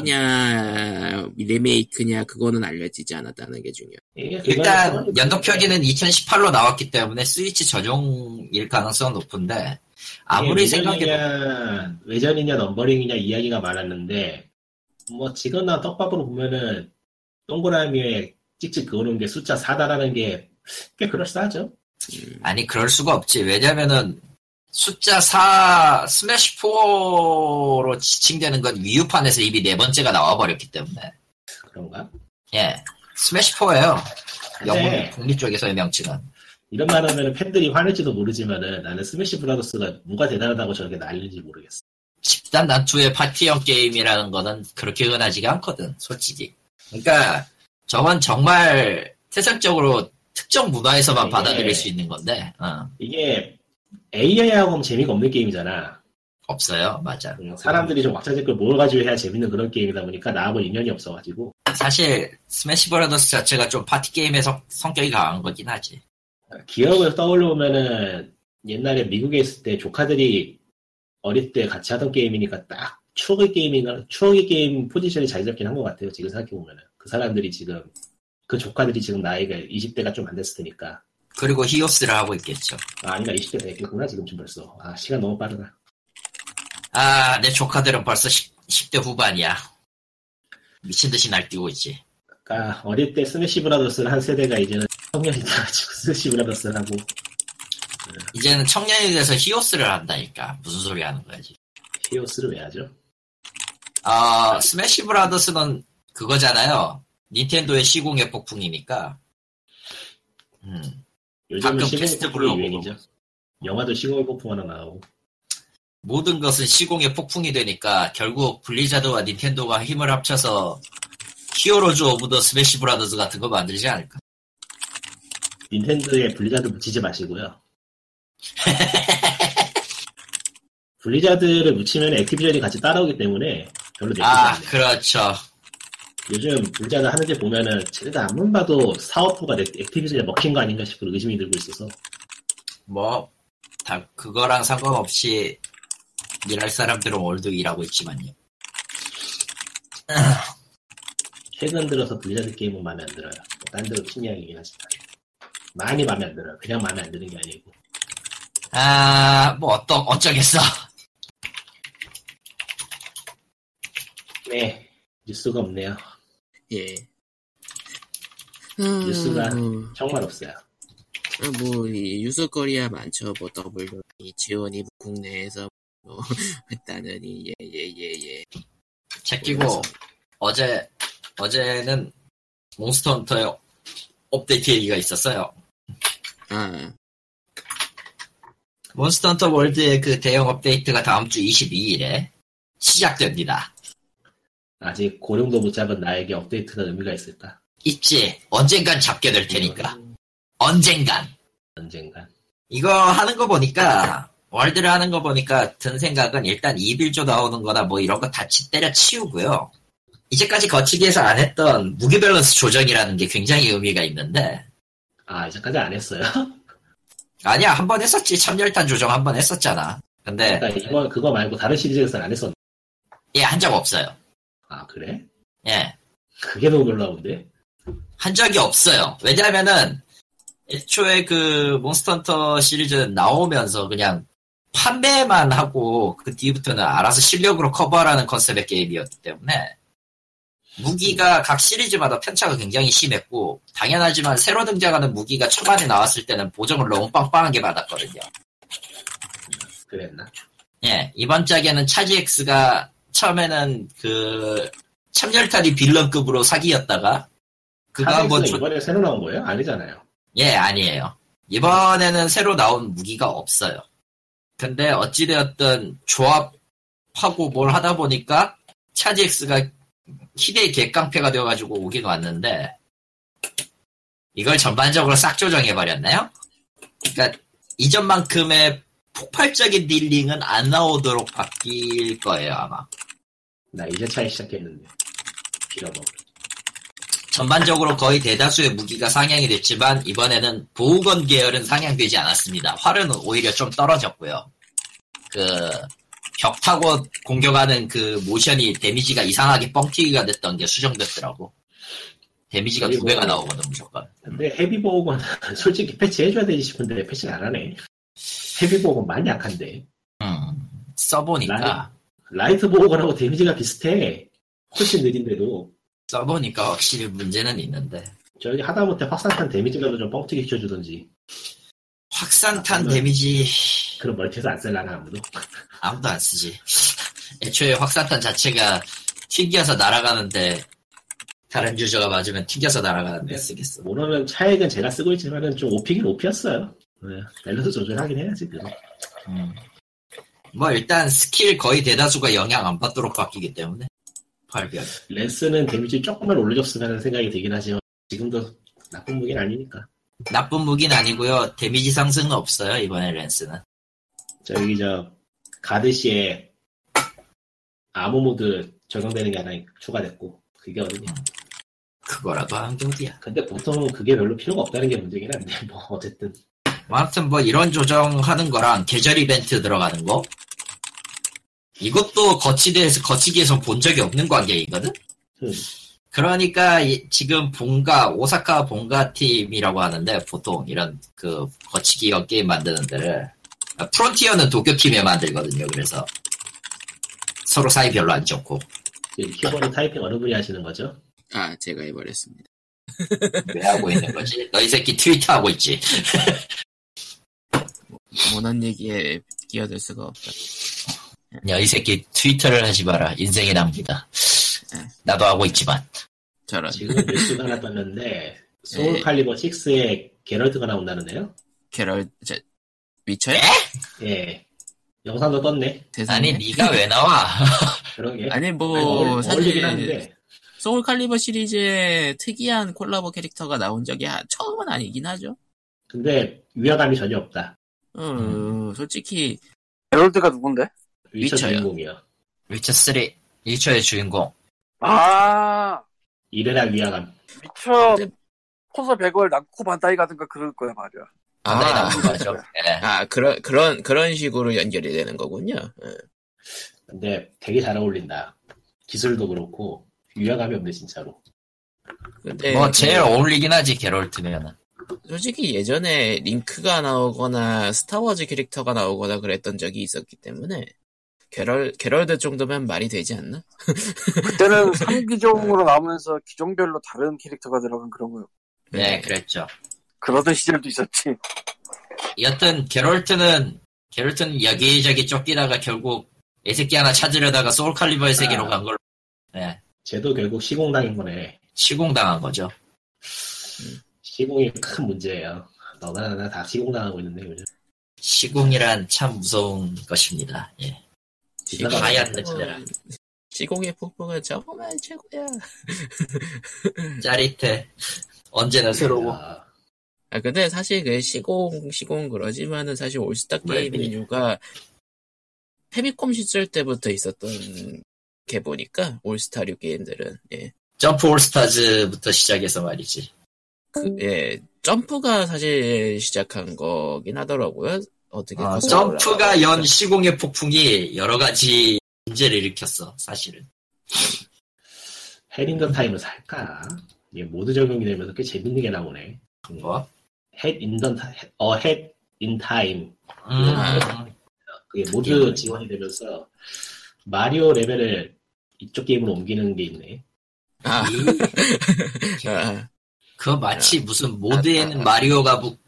B: 후속작이냐, 리메이크냐, 그거는 알려지지 않았다는 게 중요해요.
D: 이게
A: 일단
D: 그거는
A: 연도표기는 2018로 나왔기 때문에 스위치 전용일 가능성은 높은데 아무리
D: 예, 이게
A: 생각해도
D: 외전이냐, 외전이냐 넘버링이냐 이야기가 많았는데 뭐 지금나 떡밥으로 보면은 동그라미에 찍찍 그어놓은 게 숫자 4다라는 게 꽤 그럴싸하죠.
B: 음.
A: 아니 그럴 수가 없지. 왜냐면은 숫자 4 스매시 4로 지칭되는 건 위유판에서 이미 네 번째가 나와버렸기 때문에
D: 그런가?
A: 예 스매시 4예요. 영국
D: 근데
A: 독립 쪽에서의 명칭은.
D: 이런 말 하면 팬들이 화낼지도 모르지만은 나는 스매시 브라더스가 뭐가 대단하다고 저렇게 난리인지 모르겠어.
A: 집단 난투의 파티형 게임이라는 거는 그렇게 흔하지가 않거든, 솔직히. 그러니까 저건 정말 세상적으로 특정 문화에서만
D: 예.
A: 받아들일 수 있는 건데, 어,
D: 이게 AI하고는 재미가 없는 게임이잖아.
A: 없어요, 맞아.
D: 그냥 사람들이 좀 왁자지껄 모여가지고 해야 재밌는 그런 게임이다 보니까 나하고 인연이 없어가지고
A: 사실 스매시 브라더스 자체가 좀 파티 게임의 성, 성격이 강한 거긴 하지.
D: 기억을 떠올려보면은 옛날에 미국에 있을 때 조카들이 어릴 때 같이 하던 게임이니까 딱 추억의 게임인가 추억의 게임 포지션이 자리 잡긴 한 것 같아요 지금 생각해보면은 그 사람들이 지금 그 조카들이 지금 나이가 20대가 좀 안 됐을 테니까
A: 그리고 히오스를 하고 있겠죠.
D: 아, 아니다 20대 됐겠구나 지금쯤 벌써 아 시간 너무 빠르다
A: 아, 내 조카들은 벌써 10, 대 후반이야. 미친 듯이 날뛰고 있지.
D: 그러니까 어릴 때 스매시 브라더스를 한 세대가 이제는 성년이 돼가지고 스매시 브라더스를 하고
A: 이제는 청년이 돼서 히오스를 한다니까. 무슨 소리 하는 거야, 지금.
D: 히오스를 왜 하죠?
A: 아, 스매시 브라더스는 그거잖아요. 닌텐도의 시공의 폭풍이니까. 음,
D: 요즘은
A: 가끔
D: 시공의
A: 테스트
D: 폭풍이
A: 불러보고.
D: 유행이죠 영화도 시공의 폭풍 하나 나오고
A: 모든 것은 시공의 폭풍이 되니까 결국 블리자드와 닌텐도가 힘을 합쳐서 히어로즈 오브 더 스매시 브라더스 같은 거 만들지 않을까?
D: 닌텐도에 블리자드 묻히지 마시고요. 블리자드를 묻히면 액티비전이 같이 따라오기 때문에 별로 내지
A: 아,
D: 않아요.
A: 그렇죠.
D: 요즘 블리자드 하는지 보면은 쟤네들 안만 봐도 사업부가 액- 액티비전에 먹힌 거 아닌가 싶은 의심이 들고 있어서
A: 뭐, 다 그거랑 상관없이 일할 사람들은 오늘도 일하고 있지만요.
D: 최근 들어서 블리자드 게임은 마음에 안 들어요. 뭐 딴 데로 친 이야기긴 하지만 많이 마음에 안 들어요. 그냥 마음에 안 드는 게 아니고
A: 아, 뭐, 어떠, 어쩌겠어.
D: 네 뉴스가 없네요.
B: 예.
D: 뉴스가.
B: 아, 뭐,
D: 정말 없어요.
B: 아, 뭐, 이 유서거리야 많죠. 뭐, W, 지원이 국내에서 뭐, 했다느니, 예, 예, 예, 예.
A: 제끼고 어제 어제는 몬스터헌터의 업데이트 얘기가 있었어요.
B: 아,
A: 몬스터헌터 월드의 그 대형 업데이트가 다음 주 22일에 시작됩니다.
D: 아직 고령도 못 잡은 나에게 업데이트가 의미가 있을까?
A: 있지. 언젠간 잡게 될 테니까. 언젠간.
D: 언젠가.
A: 이거 하는 거 보니까, 월드를 하는 거 보니까 든 생각은 일단 이빌조 나오는 거나 뭐 이런 거 다 때려치우고요. 이제까지 거치기에서 안 했던 무기 밸런스 조정이라는 게 굉장히 의미가 있는데,
D: 아, 이제까지 안 했어요?
A: 아니야, 한 번 했었지. 참열탄 조정 한 번 했었잖아. 근데,
D: 그러니까 이번 그거 말고 다른 시리즈에서는 안 했었나?
A: 예, 한 적 없어요.
D: 아, 그래?
A: 예.
D: 그게 너무 놀라운데?
A: 한 적이 없어요. 왜냐면은 애초에 그 몬스터헌터 시리즈 나오면서 그냥 판매만 하고 그 뒤부터는 알아서 실력으로 커버하라는 컨셉의 게임이었기 때문에 무기가 각 시리즈마다 편차가 굉장히 심했고 당연하지만 새로 등장하는 무기가 초반에 나왔을 때는 보정을 너무 빵빵하게 받았거든요.
D: 그랬나?
A: 예, 이번 짝에는 차지엑스가 처음에는 그 참열탄이 빌런급으로 사기였다가 뭐 그거
D: 하번
A: 한번 조-
D: 이번에 새로 나온 거예요? 아니잖아요.
A: 예, 아니에요. 이번에는 새로 나온 무기가 없어요. 근데 어찌되었든 조합하고 뭘 하다 보니까 차지엑스가 키대의 객깡패가 되어가지고 오긴 왔는데 이걸 전반적으로 싹 조정해버렸나요? 그러니까 이전만큼의 폭발적인 딜링은 안 나오도록 바뀔 거예요 아마.
D: 나 이제 차에 시작했는데. 빌어먹.
A: 전반적으로 거의 대다수의 무기가 상향이 됐지만 이번에는 보호건 계열은 상향되지 않았습니다. 활은 오히려 좀 떨어졌고요. 그 벽 타고 공격하는 그 모션이 데미지가 이상하게 뻥튀기가 됐던 게 수정됐더라고. 데미지가 두 배가 나오거든 무조건.
D: 근데 헤비보호건 솔직히 패치해줘야 되지 싶은데 패치를 안 하네. 헤비보호건 많이 약한데.
A: 음, 써보니까
D: 라이트 보호건하고 데미지가 비슷해. 훨씬 느린데도.
A: 써보니까 확실히 문제는 있는데
D: 저기 하다못해 확산탄 데미지라도 좀 뻥튀기 시켜주던지.
A: 확산탄
D: 네.
A: 데미지
D: 그럼 멀티에서 안 쓸라나 아무도.
A: 아무도 안 쓰지. 애초에 확산탄 자체가 튕겨서 날아가는데 다른 유저가 맞으면 튕겨서 날아가는데 쓰겠어.
D: 모르면 차액은 제가 쓰고 있지만은 좀 오피긴 오피였어요. 네, 밸런스 조절하긴 해야지. 그거.
A: 음. 뭐 일단 스킬 거의 대다수가 영향 안 받도록 바뀌기 때문에 발별.
D: 레스는 데미지 조금만 올려줬으면 하는 생각이 들긴 하지만 지금도 나쁜 무기는 아니니까.
A: 나쁜 무기는 아니고요. 데미지 상승은 없어요 이번에 랜스는.
D: 저기 저 가드시에 암호 모드 적용되는 게 하나 추가됐고 그게 어디냐.
A: 그거라도 한게 어디야.
D: 근데 보통은 그게 별로 필요가 없다는 게 문제긴 한데 뭐 어쨌든
A: 뭐 아무튼 뭐 이런 조정하는 거랑 계절 이벤트 들어가는 거 이것도 거치대에서 거치기에서 본 적이 없는 관계이거든.
D: 음.
A: 그러니까 이- 지금 본가 오사카 본가 팀이라고 하는데 보통 이런 그 거치기 게임 만드는 데를 아, 프론티어는 도쿄 팀에 만들거든요. 그래서 서로 사이 별로 안 좋고
D: 지금 키보드 그 타이핑 어느 분이 하시는 거죠?
B: 아, 제가 해버렸습니다.
A: 왜 하고 있는 거지? 너 이 새끼 트위터 하고 있지?
B: 모난 얘기에 끼어들 수가 없다.
A: 야 이 새끼 트위터를 하지 마라. 인생의 낭비다. 나도 하고 있지만.
B: 저런.
D: 지금 뉴스가 하나 떴는데
B: 예.
D: 소울 칼리버 6에 게럴트가 나온다는데요?
B: 캐럴, 저, 미쳐요?
D: 예. 영상도 떴네.
B: 세상에.
A: 아니 네가 왜 나와?
D: 그러게.
B: 아니, 뭐,
D: 뭐 어울리긴
B: 사실,
D: 하는데
B: 소울 칼리버 시리즈의 특이한 콜라보 캐릭터가 나온 적이 하- 처음은 아니긴 하죠.
D: 근데 위화감이 전혀 없다.
B: 음, 솔직히,
C: 게롤드가 누군데?
D: 위쳐
B: 미쳐요.
D: 주인공이요.
A: 위쳐 3 1초의 주인공.
C: 아
D: 이래라 위화감.
C: 미쳐
B: 근데-
C: 포서 100월 낙코 반다이 가든가 그럴 거야 말이야.
A: 바다에
B: 아.
A: 나온 거죠. 예.
B: 아, 그런, 그런, 그런 식으로 연결이 되는 거군요. 예.
D: 근데 되게 잘 어울린다. 기술도 그렇고 위화감이 없네 진짜로.
B: 근데,
A: 뭐
B: 그-
A: 제일 어울리긴 하지 게롤트면은.
B: 솔직히 예전에 링크가 나오거나 스타워즈 캐릭터가 나오거나 그랬던 적이 있었기 때문에, 게럴, 게럴드 정도면 말이 되지 않나?
C: 그때는 3기종으로 나오면서 기종별로 다른 캐릭터가 들어간 그런 거요.
A: 네, 그랬죠.
C: 그러던 시절도 있었지.
A: 여튼 게롤트는 게롤트는 여기저기 쫓기다가 결국 애새끼 하나 찾으려다가 소울 칼리버의 세계로
D: 아.
A: 간 걸로 예,
D: 쟤도 결국 시공당인 거네.
A: 시공당한 거죠.
D: 시공이 큰 문제예요. 너나 나나 다 시공당하고 있는데 요즘.
A: 시공이란 참 무서운 것입니다. 예.
D: 지나가 아,
A: 하얀
D: 봤는데.
A: 느낌이라.
B: 지공의 폭풍은 정말 최고야.
A: 짜릿해. 언제나 새로워.
D: 아,
B: 아 근데 사실 그 시공 시공 그러지만은 사실 올스타 게임
A: 네.
B: 인류가 페미콤 시절 때부터 있었던 게 보니까 올스타류 게임들은 예.
A: 점프 올스타즈부터 시작해서 말이지.
B: 그,
A: 음.
B: 예 점프가 사실 시작한 거긴 하더라고요. 어떻게
A: 아,
B: 커서
A: 점프가
B: 올라가고.
A: 연 시공의 폭풍이 여러 가지 문제를 일으켰어, 사실은.
D: 헬인더 타임을 살까? 이게 모드 적용이 되면서 꽤 재밌는 게 나오네. 음.
A: 뭐?
D: 헬인더 어, 헬인 타임.
A: 음,
D: 그게
B: 예.
D: 모드 지원이 되면서 마리오 레벨을 이쪽 게임으로 옮기는 게 있네.
B: 아,
A: 이-
B: 아,
A: 그거 마치 무슨 모드에는 마리오가 붙,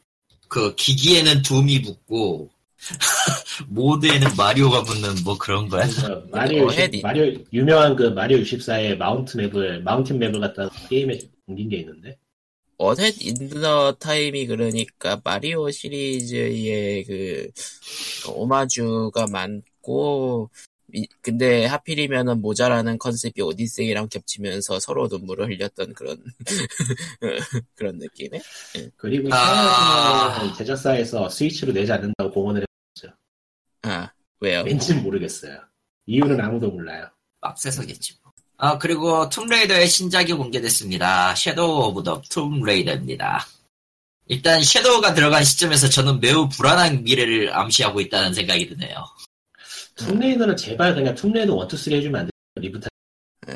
A: 그 기기에는 둠이 붙고, 모드에는 마리오가 붙는 뭐 그런 거야.
D: 그래서
B: 어,
D: 마리오, 60
B: 헤딩.
D: 마리오 유명한 그 마리오 64의 마운트 맵을 마운틴 맵을 갖다 게임에 옮긴 게 있는데
B: 어헷 인더 타임이 그러니까 마리오 시리즈의 그 오마주가 많고 이- 근데 하필이면은 모자라는 컨셉이 오디세이랑 겹치면서 서로 눈물을 흘렸던 그런 그런 느낌의
D: 그리고
A: 아.
D: 샤나는 제작사에서 스위치로 내지 않는다고 공언을
B: 아 왜요?
D: 했는지 모르겠어요. 이유는 아무도 몰라요.
A: 막세서겠지 뭐. 아 그리고 툼레이더의 신작이 공개됐습니다. 섀도우 오브 더 툼레이더입니다. 일단 섀도우가 들어간 시점에서 저는 매우 불안한 미래를 암시하고 있다는 생각이 드네요.
D: 툼레이더는 제발 그냥 툼레이더 1, 2, 3 해주면 안 돼. 리부터
B: 예.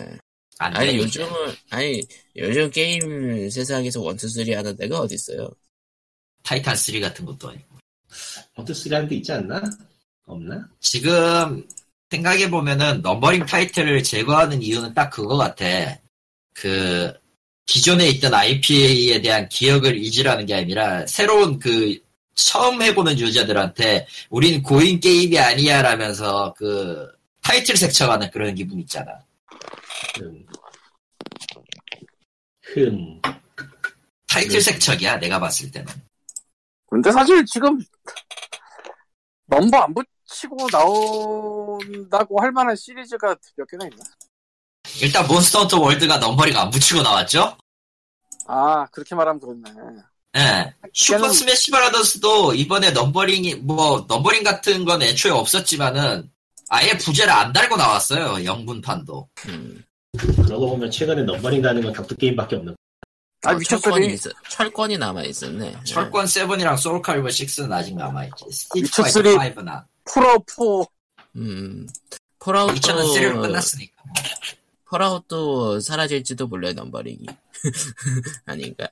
A: 안
B: 아니
A: 되는데.
B: 요즘은 아니 요즘 게임 세상에서 원투 쓰리 하는 데가 어디 있어요?
A: 타이탄 3 같은 것도 아니고.
D: 1, 2, 3 하는 데 있지 않나? 없나?
A: 지금 생각해 보면은 넘버링 타이틀을 제거하는 이유는 딱 그거 같아. 그 기존에 있던 IP에 대한 기억을 잊으라는 게 아니라 새로운 그 처음 해보는 유저들한테 우린 고인 게임이 아니야라면서 그 타이틀 색쳐가는 그런 기분 있잖아.
D: 흠. 흠.
A: 타이틀
D: 네.
A: 색척이야 내가 봤을 때는.
C: 근데 사실 지금 넘버 안 붙이고 나온다고 할 만한 시리즈가 몇 개나 있나?
A: 일단 몬스터 헌터 월드가 넘버링 안 붙이고 나왔죠.
C: 아 그렇게 말하면 그렇네.
A: 예.
C: 그러니까
A: 슈퍼
C: 걔는-
A: 스매시 브라더스도 이번에 넘버링이 뭐 넘버링 같은 건 애초에 없었지만은 아예 부제를 안 달고 나왔어요 영분판도
B: 음,
D: 그러고 보면 최근에 넘버링다는 건 격투 게임밖에 없는
C: 아
B: 어, 철권이
C: 미쳤으니
B: 있어, 철권이 남아 있었네.
A: 철권 7이랑 소울칼리버 6는 아직 남아있지
C: 미쳐
A: 스티파이터
C: 쓰리.
A: 5나
C: 프로포
B: 음 폴아웃
A: 2003은 끝났으니까
B: 펄아웃도 사라질지도 몰라요 넘버링이 아닌가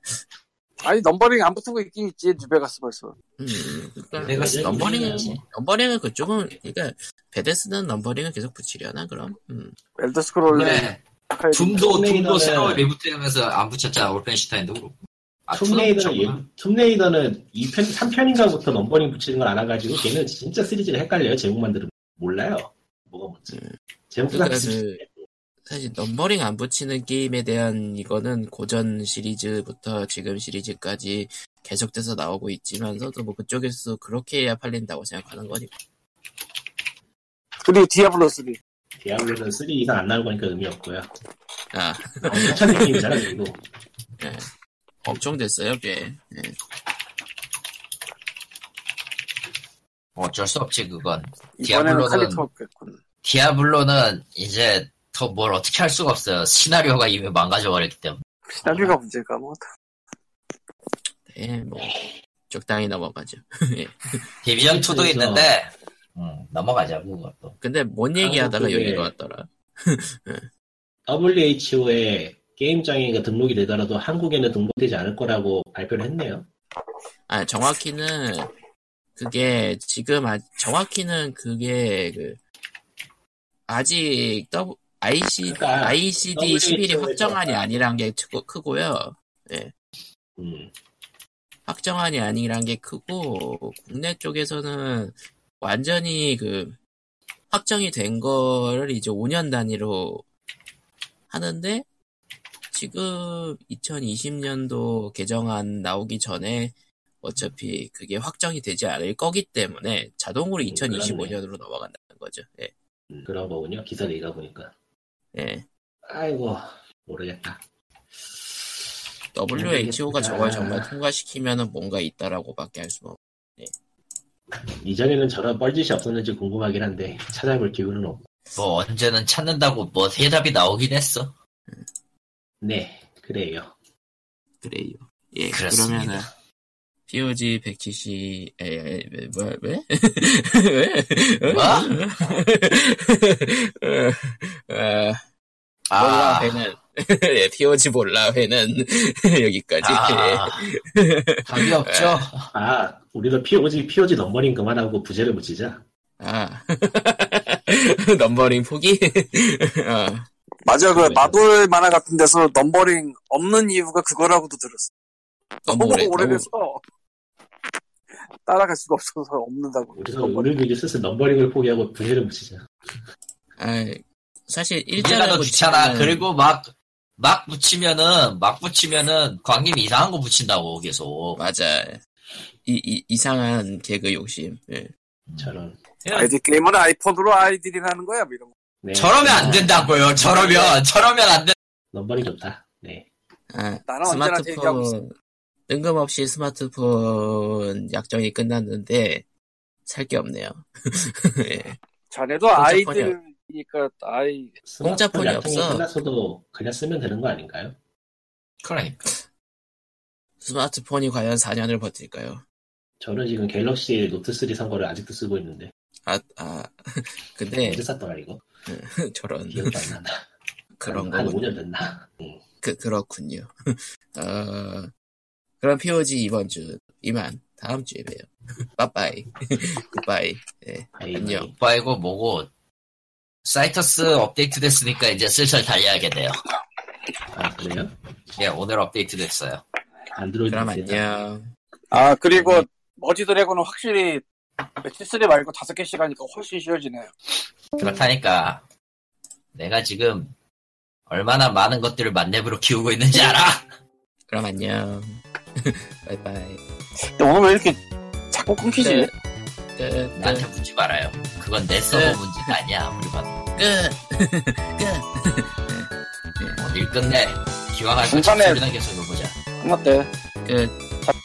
C: 아니 넘버링 안 붙은 거 있긴 있지 뉴베가스 벌써.
B: 음, 그러니까
A: 내가
D: 그
B: 넘버링은
A: 넘버링이지
B: 넘버링은 그쪽은 그러니까 베데스는 넘버링을 계속 붙이려나 그럼 음.
C: 엘더 스크롤
A: 네.
C: 파일.
A: 둠도 둠도
D: 툼레이더는-
A: 새로 리부트하면서 안 붙였잖아 올펜슈타인도 그렇고 아,
D: 툼레이더는,
A: 툼은 붙였구나.
D: 예- 툼레이더는 2편, 3편인가부터 넘버링 붙이는 걸 알아가지고 걔는 진짜 시리즈를 헷갈려요. 제목만 들으면 몰라요. 뭐가 뭔지.
B: 음.
D: 제목도 다
B: 그러니까
D: 비슷해.
B: 그 사실 넘버링 안 붙이는 게임에 대한 이거는 고전 시리즈부터 지금 시리즈까지 계속돼서 나오고 있지만서도 뭐 그쪽에서 그렇게 해야 팔린다고 생각하는 거니까
C: 그리고 디아블로 3.
D: 디아블로는 3 이상 안 나올 거니까 의미 없고요.
B: 아
D: 엄청 게임이잖아, 그리고.
B: 엄청 됐어요 꽤 예.
A: 뭐 어쩔 수 없지 그건
C: 이번에는
A: 디아블로는-
C: 칼리토였군.
A: 디아블로는 이제 더 뭘 어떻게 할 수가 없어요 시나리오가 이미 망가져버렸기 때문에
C: 시나리오가 문제가 뭐. 다-
B: 예, 뭐 적당히 넘어가죠
A: 디비전 2도
D: 그래서-
A: 있는데 음, 넘어가자고 그것도
B: 근데 뭔 얘기하다가
D: 한국에-
B: 여기로 왔더라
D: WHO에 게임장에 그 등록이 되더라도 한국에는 등록되지 않을 거라고 발표를 했네요.
B: 아, 정확히는 그게 지금 아, 정확히는 그게 그 아직 더블- IC,
D: 그러니까
B: ICD 11이
D: WHO 에서
B: 확정안이 아니란 게 크고, 크고요.
D: 음.
B: 확정안이 아니란 게 크고 국내 쪽에서는 완전히 그 확정이 된 거를 이제 5년 단위로 하는데 지금 2020년도 개정안 나오기 전에 어차피 그게 확정이 되지 않을 거기 때문에 자동으로
D: 음, 그렇네.
B: 2025년으로 넘어간다는 거죠. 예.
D: 음, 그런 거군요. 기사 내가 보니까.
B: 예.
D: 아이고 모르겠다. 음,
B: WHO가 저걸
D: 모르겠다.
B: 정말 통과시키면은 뭔가 있다라고밖에 할 수 없.
D: 이전에는 저런 뻘짓이 없었는지 궁금하긴 한데 찾아볼 기회는 없고.
A: 뭐 언제는 찾는다고 뭐 해답이 나오긴 했어.
D: 네 그래요.
B: 그래요. 예.
A: 그렇습니다.
B: 그러면은 POG 170, 에, 에, 에, 뭐야, 왜? 왜?
A: 뭐?
B: 아,
A: 아,
B: 몰라회는, 예, POG 몰라회는 여기까지.
A: 아 답이 없죠.
D: 아 우리도 POG POG 넘버링 그만하고 부제를 붙이자.
B: 아. 넘버링 포기? 아,
C: 맞아, 그
D: 왜?
C: 마돌 만화 같은 데서 넘버링 없는 이유가 그거라고도 들었어.
B: 너무 오래,
C: 오래돼서 따라갈 수가 없어서 없는다고.
D: 우리도 우리 미리 슬슬 넘버링을 포기하고 부제를 붙이자.
B: 아, 사실
A: 문제가
B: 일자라고
A: 더 귀찮아.
B: 치면은
A: 그리고 막, 막 붙이면은, 막 붙이면은, 광님이 이상한 거 붙인다고, 계속.
B: 맞아. 이, 이 이상한 개그 욕심. 예.
D: 저런.
C: 아이디 게임은 아이폰으로 아이들이나 하는 거야, 뭐 이런 거.
D: 네.
A: 저러면 안 된다고요.
B: 네.
A: 저러면, 저러면 안 돼.
D: 넘버링 좋다. 네.
B: 아,
C: 나는 언제나 대기하고 있어.
B: 스마트폰 뜬금없이 스마트폰 약정이 끝났는데 살 게 없네요. 예.
C: 자네도
B: 공짜폰이야.
C: 아이들이니까 아이
B: 공짜폰이
D: 그 약정이
B: 없어.
D: 끝났어도 그냥 쓰면 되는 거 아닌가요?
A: 그러니까.
B: 스마트폰이 과연 4년을 버틸까요?
D: 저는 지금 갤럭시 노트 3 산 거를 아직도 쓰고 있는데
B: 아, 아, 근데
D: 언제 샀더라 이거?
B: 저런
D: 기억도 안 난다.
B: 그런
D: 한
B: 거군요.
D: 5년 됐나? 네. 응.
B: 그, 그렇군요. 어, 그럼 POG 이번 주 이만 다음 주에 봬요. 빠빠이. 굿바이.
D: 아이,
B: 안녕.
D: 아이.
A: 오빠이고 뭐고. 사이터스 업데이트 됐으니까 이제 슬슬 달려야게 돼요.
D: 아 그래요?
A: 예, 오늘 업데이트 됐어요.
D: 안드로이드
B: 그럼
D: 세상.
B: 안녕.
C: 아 그리고 머지 드래곤은 확실히 며칠 쓰리 말고 다섯 개씩 하니까 훨씬 쉬워지네요.
A: 그렇다니까. 내가 지금, 얼마나 많은 것들을 만렙으로 키우고 있는지 알아?
B: 그럼 안녕. 바이바이.
C: 근데 오늘 왜 이렇게 자꾸 끊기지?
B: 끝. 끝.
A: 나한테 묻지 말아요. 그건 내 서버
B: 네.
A: 문제가 아니야, 아무리 봐도.
B: 끝. 끝.
A: 오늘 끝내. 기왕 할거
C: 괜찮아요.
A: 잡소리나 계속 해보자.
C: 끝났대.
B: 끝.